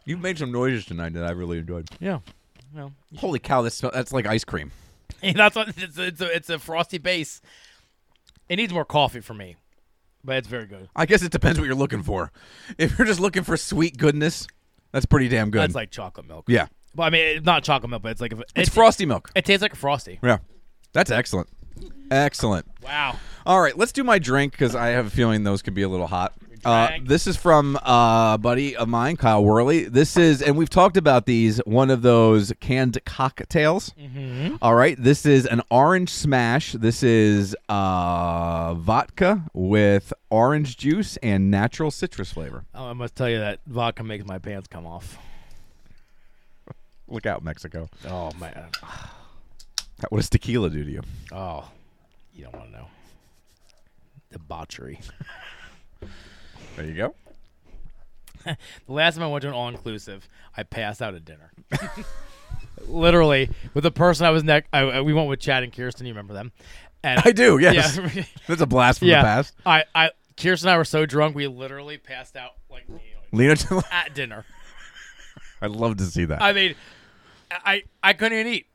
B: You've made some noises tonight that I really enjoyed.
A: Yeah.
B: Holy cow! That's that's like ice cream.
A: that's what it's a, it's a, it's a frosty base. It needs more coffee for me, but it's very good.
B: I guess it depends what you're looking for. If you're just looking for sweet goodness, that's pretty damn good.
A: That's like chocolate milk.
B: yeah,
A: But I mean, it's not chocolate milk, but it's like if,
B: it's
A: it,
B: frosty milk.
A: It tastes like a frosty.
B: Yeah, that's excellent. Excellent.
A: Wow.
B: All right, let's do my drink because I have a feeling those could be a little hot. Uh,
A: drink.
B: this is from uh, a buddy of mine, Kyle Worley. This is, and we've talked about these, one of those canned cocktails. All right, this is an orange smash. This is uh, vodka with orange juice and natural citrus flavor.
A: Oh, I must tell you that vodka makes my pants come off.
B: Look out, Mexico.
A: Oh man.
B: What does tequila do to you?
A: Oh, you don't want to know. Debauchery.
B: There you go.
A: The last time I went to an all inclusive, I passed out at dinner. Literally, with the person I was next, I, I- we went with Chad and Kirsten. You remember them? And
B: I do, yes.
A: Yeah.
B: That's a blast from
A: yeah.
B: the past.
A: I, I, Kirsten and I were so drunk, we literally passed out like you know,
B: Lena,
A: at dinner.
B: I'd love to see that.
A: I mean, I, I couldn't even eat.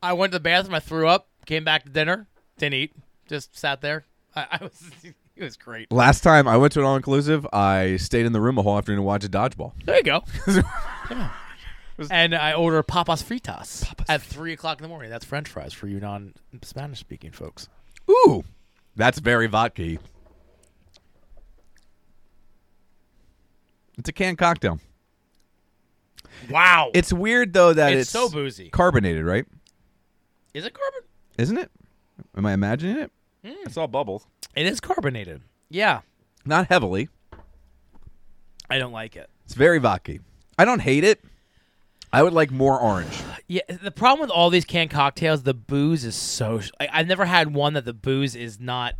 A: I went to the bathroom. I threw up. Came back to dinner. Didn't eat. Just sat there. I, I was. It was great.
B: Last time I went to an all inclusive, I stayed in the room a whole afternoon to watch a dodgeball.
A: There you go. Yeah. And I order papas fritas at three o'clock in the morning. That's French fries for you non-Spanish speaking folks.
B: Ooh, that's very vodka. It's a canned cocktail.
A: Wow,
B: It's weird though that
A: It's
B: it's,
A: so boozy.
B: carbonated, right?
A: is it carbon?
B: Isn't it? Am I imagining it? It's all bubbles.
A: It is carbonated. Yeah,
B: Not heavily.
A: I don't like it.
B: It's very vodka. I don't hate it. I would like more orange.
A: Yeah, the problem with all these canned cocktails, the booze is so. I, I've never had one that the booze is not.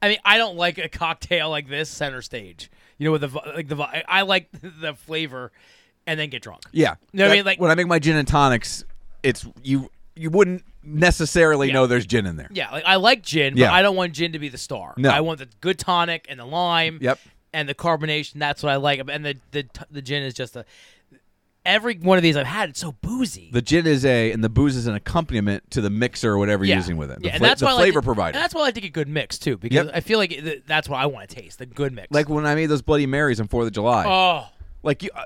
A: I mean, I don't like a cocktail like this center stage. You know, with the vi- like the vi- I like the flavor, and then get drunk.
B: Yeah.
A: No, I
B: That-
A: mean, like-
B: when I make my gin and tonics, it's you. You wouldn't necessarily
A: Yeah.
B: know there's gin in there.
A: Yeah, like I like gin, but
B: Yeah.
A: I don't want gin to be the star.
B: No.
A: I want the good tonic and the lime.
B: Yep.
A: And the carbonation. That's what I like. And the the t- the gin is just a. Every one of these I've had, it's so boozy.
B: The gin is a, and the booze is an accompaniment to the mixer or whatever you're using with it. The,
A: yeah, and
B: fla-
A: that's
B: the
A: why I like
B: flavor
A: to-
B: provider.
A: And that's why I like to get good mix too, because
B: Yep.
A: I feel like it, that's what I want to taste the good mix.
B: Like when I made those Bloody Marys on Fourth of July.
A: oh
B: like you, I,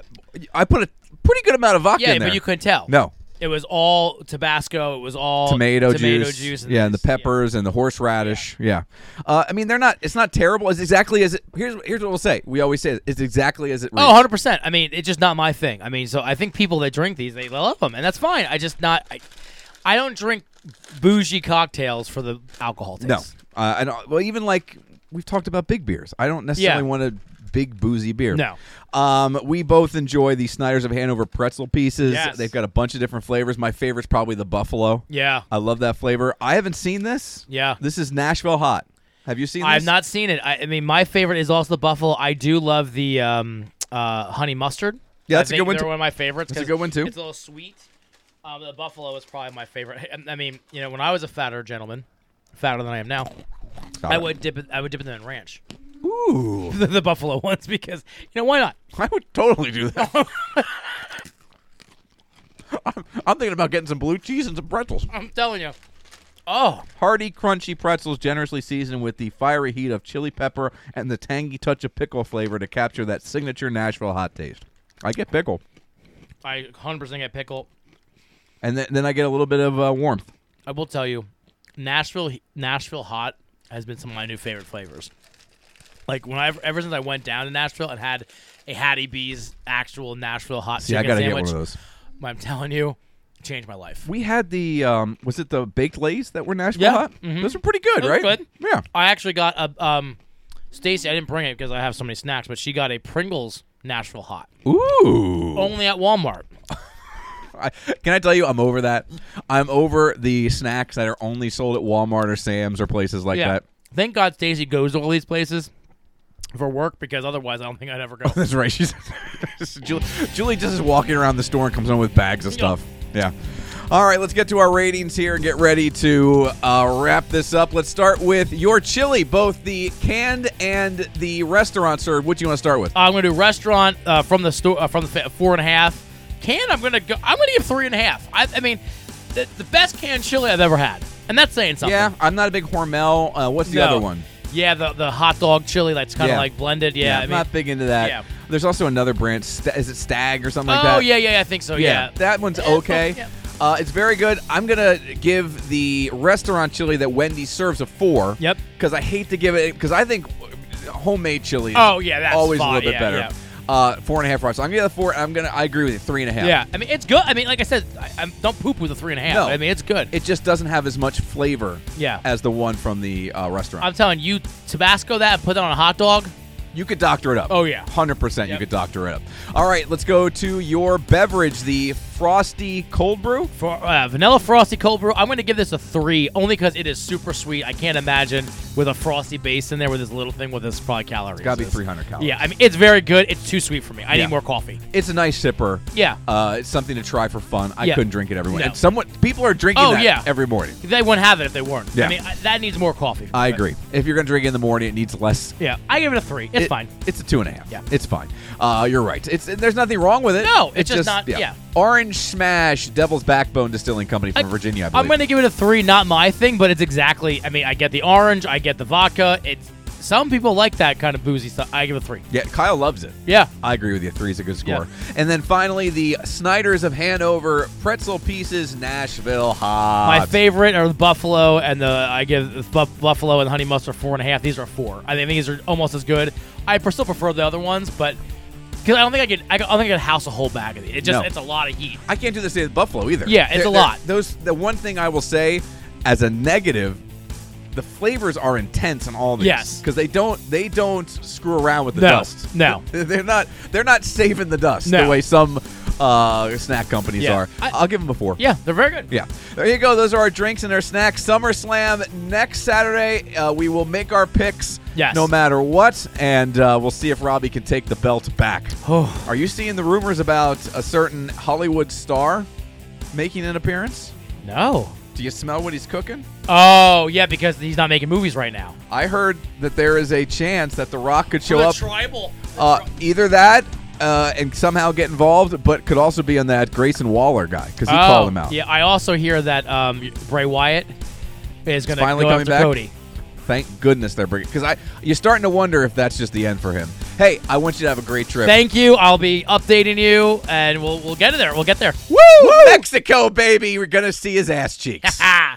B: I put a pretty good amount of vodka
A: yeah,
B: in there.
A: but you couldn't tell.
B: No
A: it was all Tabasco. It was all
B: tomato,
A: tomato
B: juice.
A: juice.
B: yeah, and the
A: this. Yeah.
B: peppers and the horseradish. Yeah, Uh, I mean they're not. It's not terrible. It's exactly as it. Here's here's what we'll say. We always say it's exactly as it.
A: Oh,
B: reads.
A: 100 percent. I mean, it's just not my thing. I mean, so I think people that drink these, they love them, and that's fine. I just not, I, I don't drink bougie cocktails for the alcohol taste.
B: No, uh, I don't. Well, even like we've talked about big beers. I don't necessarily
A: Yeah.
B: want a big boozy beer.
A: No.
B: Um, we both enjoy the Snyder's of Hanover pretzel pieces.
A: Yes.
B: They've got a bunch of different flavors. My favorite's probably the buffalo.
A: Yeah,
B: I love that flavor. I haven't seen this.
A: Yeah.
B: This is Nashville hot. Have you seen this?
A: I've not seen it. I, I mean, my favorite is also the buffalo. I do love the um, uh, honey mustard.
B: Yeah, that's a
A: I
B: good
A: think
B: one
A: They're
B: too.
A: one of my favorites.
B: That's a
A: 'cause
B: good one too.
A: It's a little sweet. Um, the buffalo is probably my favorite. I, I mean, you know, when I was a fatter gentleman, fatter than I am now,
B: Got
A: I
B: it.
A: would dip it. I would dip them in ranch,
B: Ooh.
A: the, the buffalo ones, because you know why not?
B: I would totally do that. I'm, I'm thinking about getting some blue cheese and some pretzels.
A: I'm telling you. Oh,
B: Hearty, crunchy pretzels generously seasoned with the fiery heat of chili pepper and the tangy touch of pickle flavor to capture that signature Nashville hot taste. I get pickle,
A: I 100% get pickle.
B: and then, then I get a little bit of uh, warmth.
A: I will tell you, Nashville Nashville hot has been some of my new favorite flavors. Like when I ever since I went down to Nashville and had a Hattie B's actual Nashville hot
B: See, I
A: chicken
B: gotta
A: sandwich,
B: get one of those.
A: I'm telling you, it changed my life.
B: We had the um, was it the baked lays that were Nashville
A: Yeah.
B: hot?
A: Mhm.
B: Those were pretty good,
A: Those were
B: right?
A: good.
B: Yeah.
A: I actually got a um, Stacy. I didn't bring it because I have so many snacks, but she got a Pringles Nashville hot
B: Ooh.
A: only at Walmart.
B: I, can I tell you, I'm over that. I'm over the snacks that are only sold at Walmart or Sam's or places like
A: yeah.
B: that.
A: Thank God Stacy goes to all these places for work because otherwise I don't think I'd ever go.
B: That's right. She's Julie, Julie just is walking around the store and comes home with bags of stuff. Yeah. All right, let's get to our ratings here and get ready to uh, wrap this up. Let's start with your chili, both the canned and the restaurant served. What do you want to start with?
A: I'm gonna do restaurant uh, from the store uh, from the fa- four and a half. Can I'm gonna go. I'm gonna give three and a half. I, I mean, the, the best canned chili I've ever had. and that's saying something.
B: Yeah, I'm not a big Hormel. Uh, what's the
A: No.
B: other one?
A: Yeah, the the hot dog chili that's kind of
B: Yeah.
A: like blended. Yeah, I
B: I'm
A: mean,
B: not big into that.
A: yeah.
B: There's also another brand. Sta is it Stag or something
A: oh
B: like that?
A: yeah, yeah, yeah, I think so. Yeah,
B: That one's
A: it's
B: okay.
A: okay, yeah.
B: Uh, it's very good. I'm gonna give the restaurant chili that Wendy serves a four.
A: Yep.
B: Because I hate to give it because I think homemade chili. Is
A: Oh, yeah, that's
B: always a
A: fine.
B: little bit
A: Yeah,
B: better.
A: yeah.
B: Uh, four and a half rocks. So I'm gonna give it a four. I'm gonna. I agree with you. Three and a half.
A: yeah. I mean, it's good. I mean, like I said, I, I'm, don't poop with a three and a half.
B: No.
A: I mean, it's good.
B: It just doesn't have as much flavor.
A: Yeah.
B: As the one from the uh, restaurant.
A: I'm telling you, Tabasco that and put that on a hot dog.
B: You could doctor it up.
A: Oh, yeah.
B: 100% you
A: Yep.
B: could doctor it up. All right, let's go to your beverage, the frosty cold brew.
A: For, uh, vanilla frosty cold brew. I'm going to give this a three, only because it is super sweet. I can't imagine with a frosty base in there with this little thing with this probably calories.
B: Got to be
A: is.
B: 300 calories.
A: Yeah, I mean, it's very good. It's too sweet for me. I
B: Yeah.
A: need more coffee.
B: It's a nice sipper.
A: Yeah.
B: Uh, it's something to try for fun. I
A: Yeah.
B: couldn't drink it every morning.
A: No.
B: And somewhat people are drinking
A: Oh,
B: that
A: yeah.
B: every morning.
A: They wouldn't have it if they weren't.
B: Yeah.
A: I mean, I, that needs more coffee.
B: I
A: But-
B: agree. If you're going to drink it in the morning, it needs less.
A: Yeah, I give it a three. It's
B: It-
A: fine.
B: It's a two and a half.
A: Yeah.
B: It's fine. Uh, you're right. It's there's nothing wrong with it.
A: No, it's just not- yeah.
B: Orange Smash, Devil's Backbone Distilling Company from
A: I-
B: Virginia. I believe.
A: I'm going to give it a three. Not my thing, but it's exactly. I mean, I get the orange. I get the vodka. It's some people like that kind of boozy stuff. I give it a three.
B: Yeah, Kyle loves it.
A: Yeah.
B: I agree with you. Three is a good score.
A: Yeah.
B: And then finally, the Snyder's of Hanover pretzel pieces, Nashville hot.
A: My favorite are the buffalo and the I give the bu- buffalo and honey mustard four and a half. These are four. I think these are almost as good. I per- still prefer the other ones, but because I don't think I could, I don't think I could house a whole bag of these. It just
B: No.
A: it's a lot of heat.
B: I can't do this with Buffalo either.
A: Yeah, it's a lot.
B: Those the one thing I will say as a negative, the flavors are intense on all these.
A: Yes.
B: because they don't they don't screw around with the
A: No,
B: dust.
A: no.
B: they're not they're not saving the dust the
A: No.
B: way some uh, snack companies
A: Yeah.
B: are.
A: I-
B: I'll give them a four.
A: Yeah, they're very good.
B: Yeah. There you go. Those are our drinks and our snacks. SummerSlam next Saturday. Uh, we will make our picks
A: Yes.
B: no matter what, and uh, we'll see if Robbie can take the belt back.
A: Oh.
B: Are you seeing the rumors about a certain Hollywood star making an appearance?
A: No.
B: Do you smell what he's cooking?
A: Oh yeah, because he's not making movies right now.
B: I heard that there is a chance that The Rock could show
A: the
B: up.
A: tribal.
B: Uh, either that uh, and somehow get involved, but could also be on that Grayson Waller guy because he called him out.
A: Oh, Yeah, I also hear that um, Bray Wyatt is going to
B: finally
A: go
B: coming
A: after
B: back?
A: Cody.
B: Thank goodness they're bringing because I you're starting to wonder if that's just the end for him. Hey, I want you to have a great trip.
A: Thank you. I'll be updating you, and we'll we'll get there. We'll get there.
B: Woo! Mexico, baby, we're gonna see his ass cheeks.
A: Ah.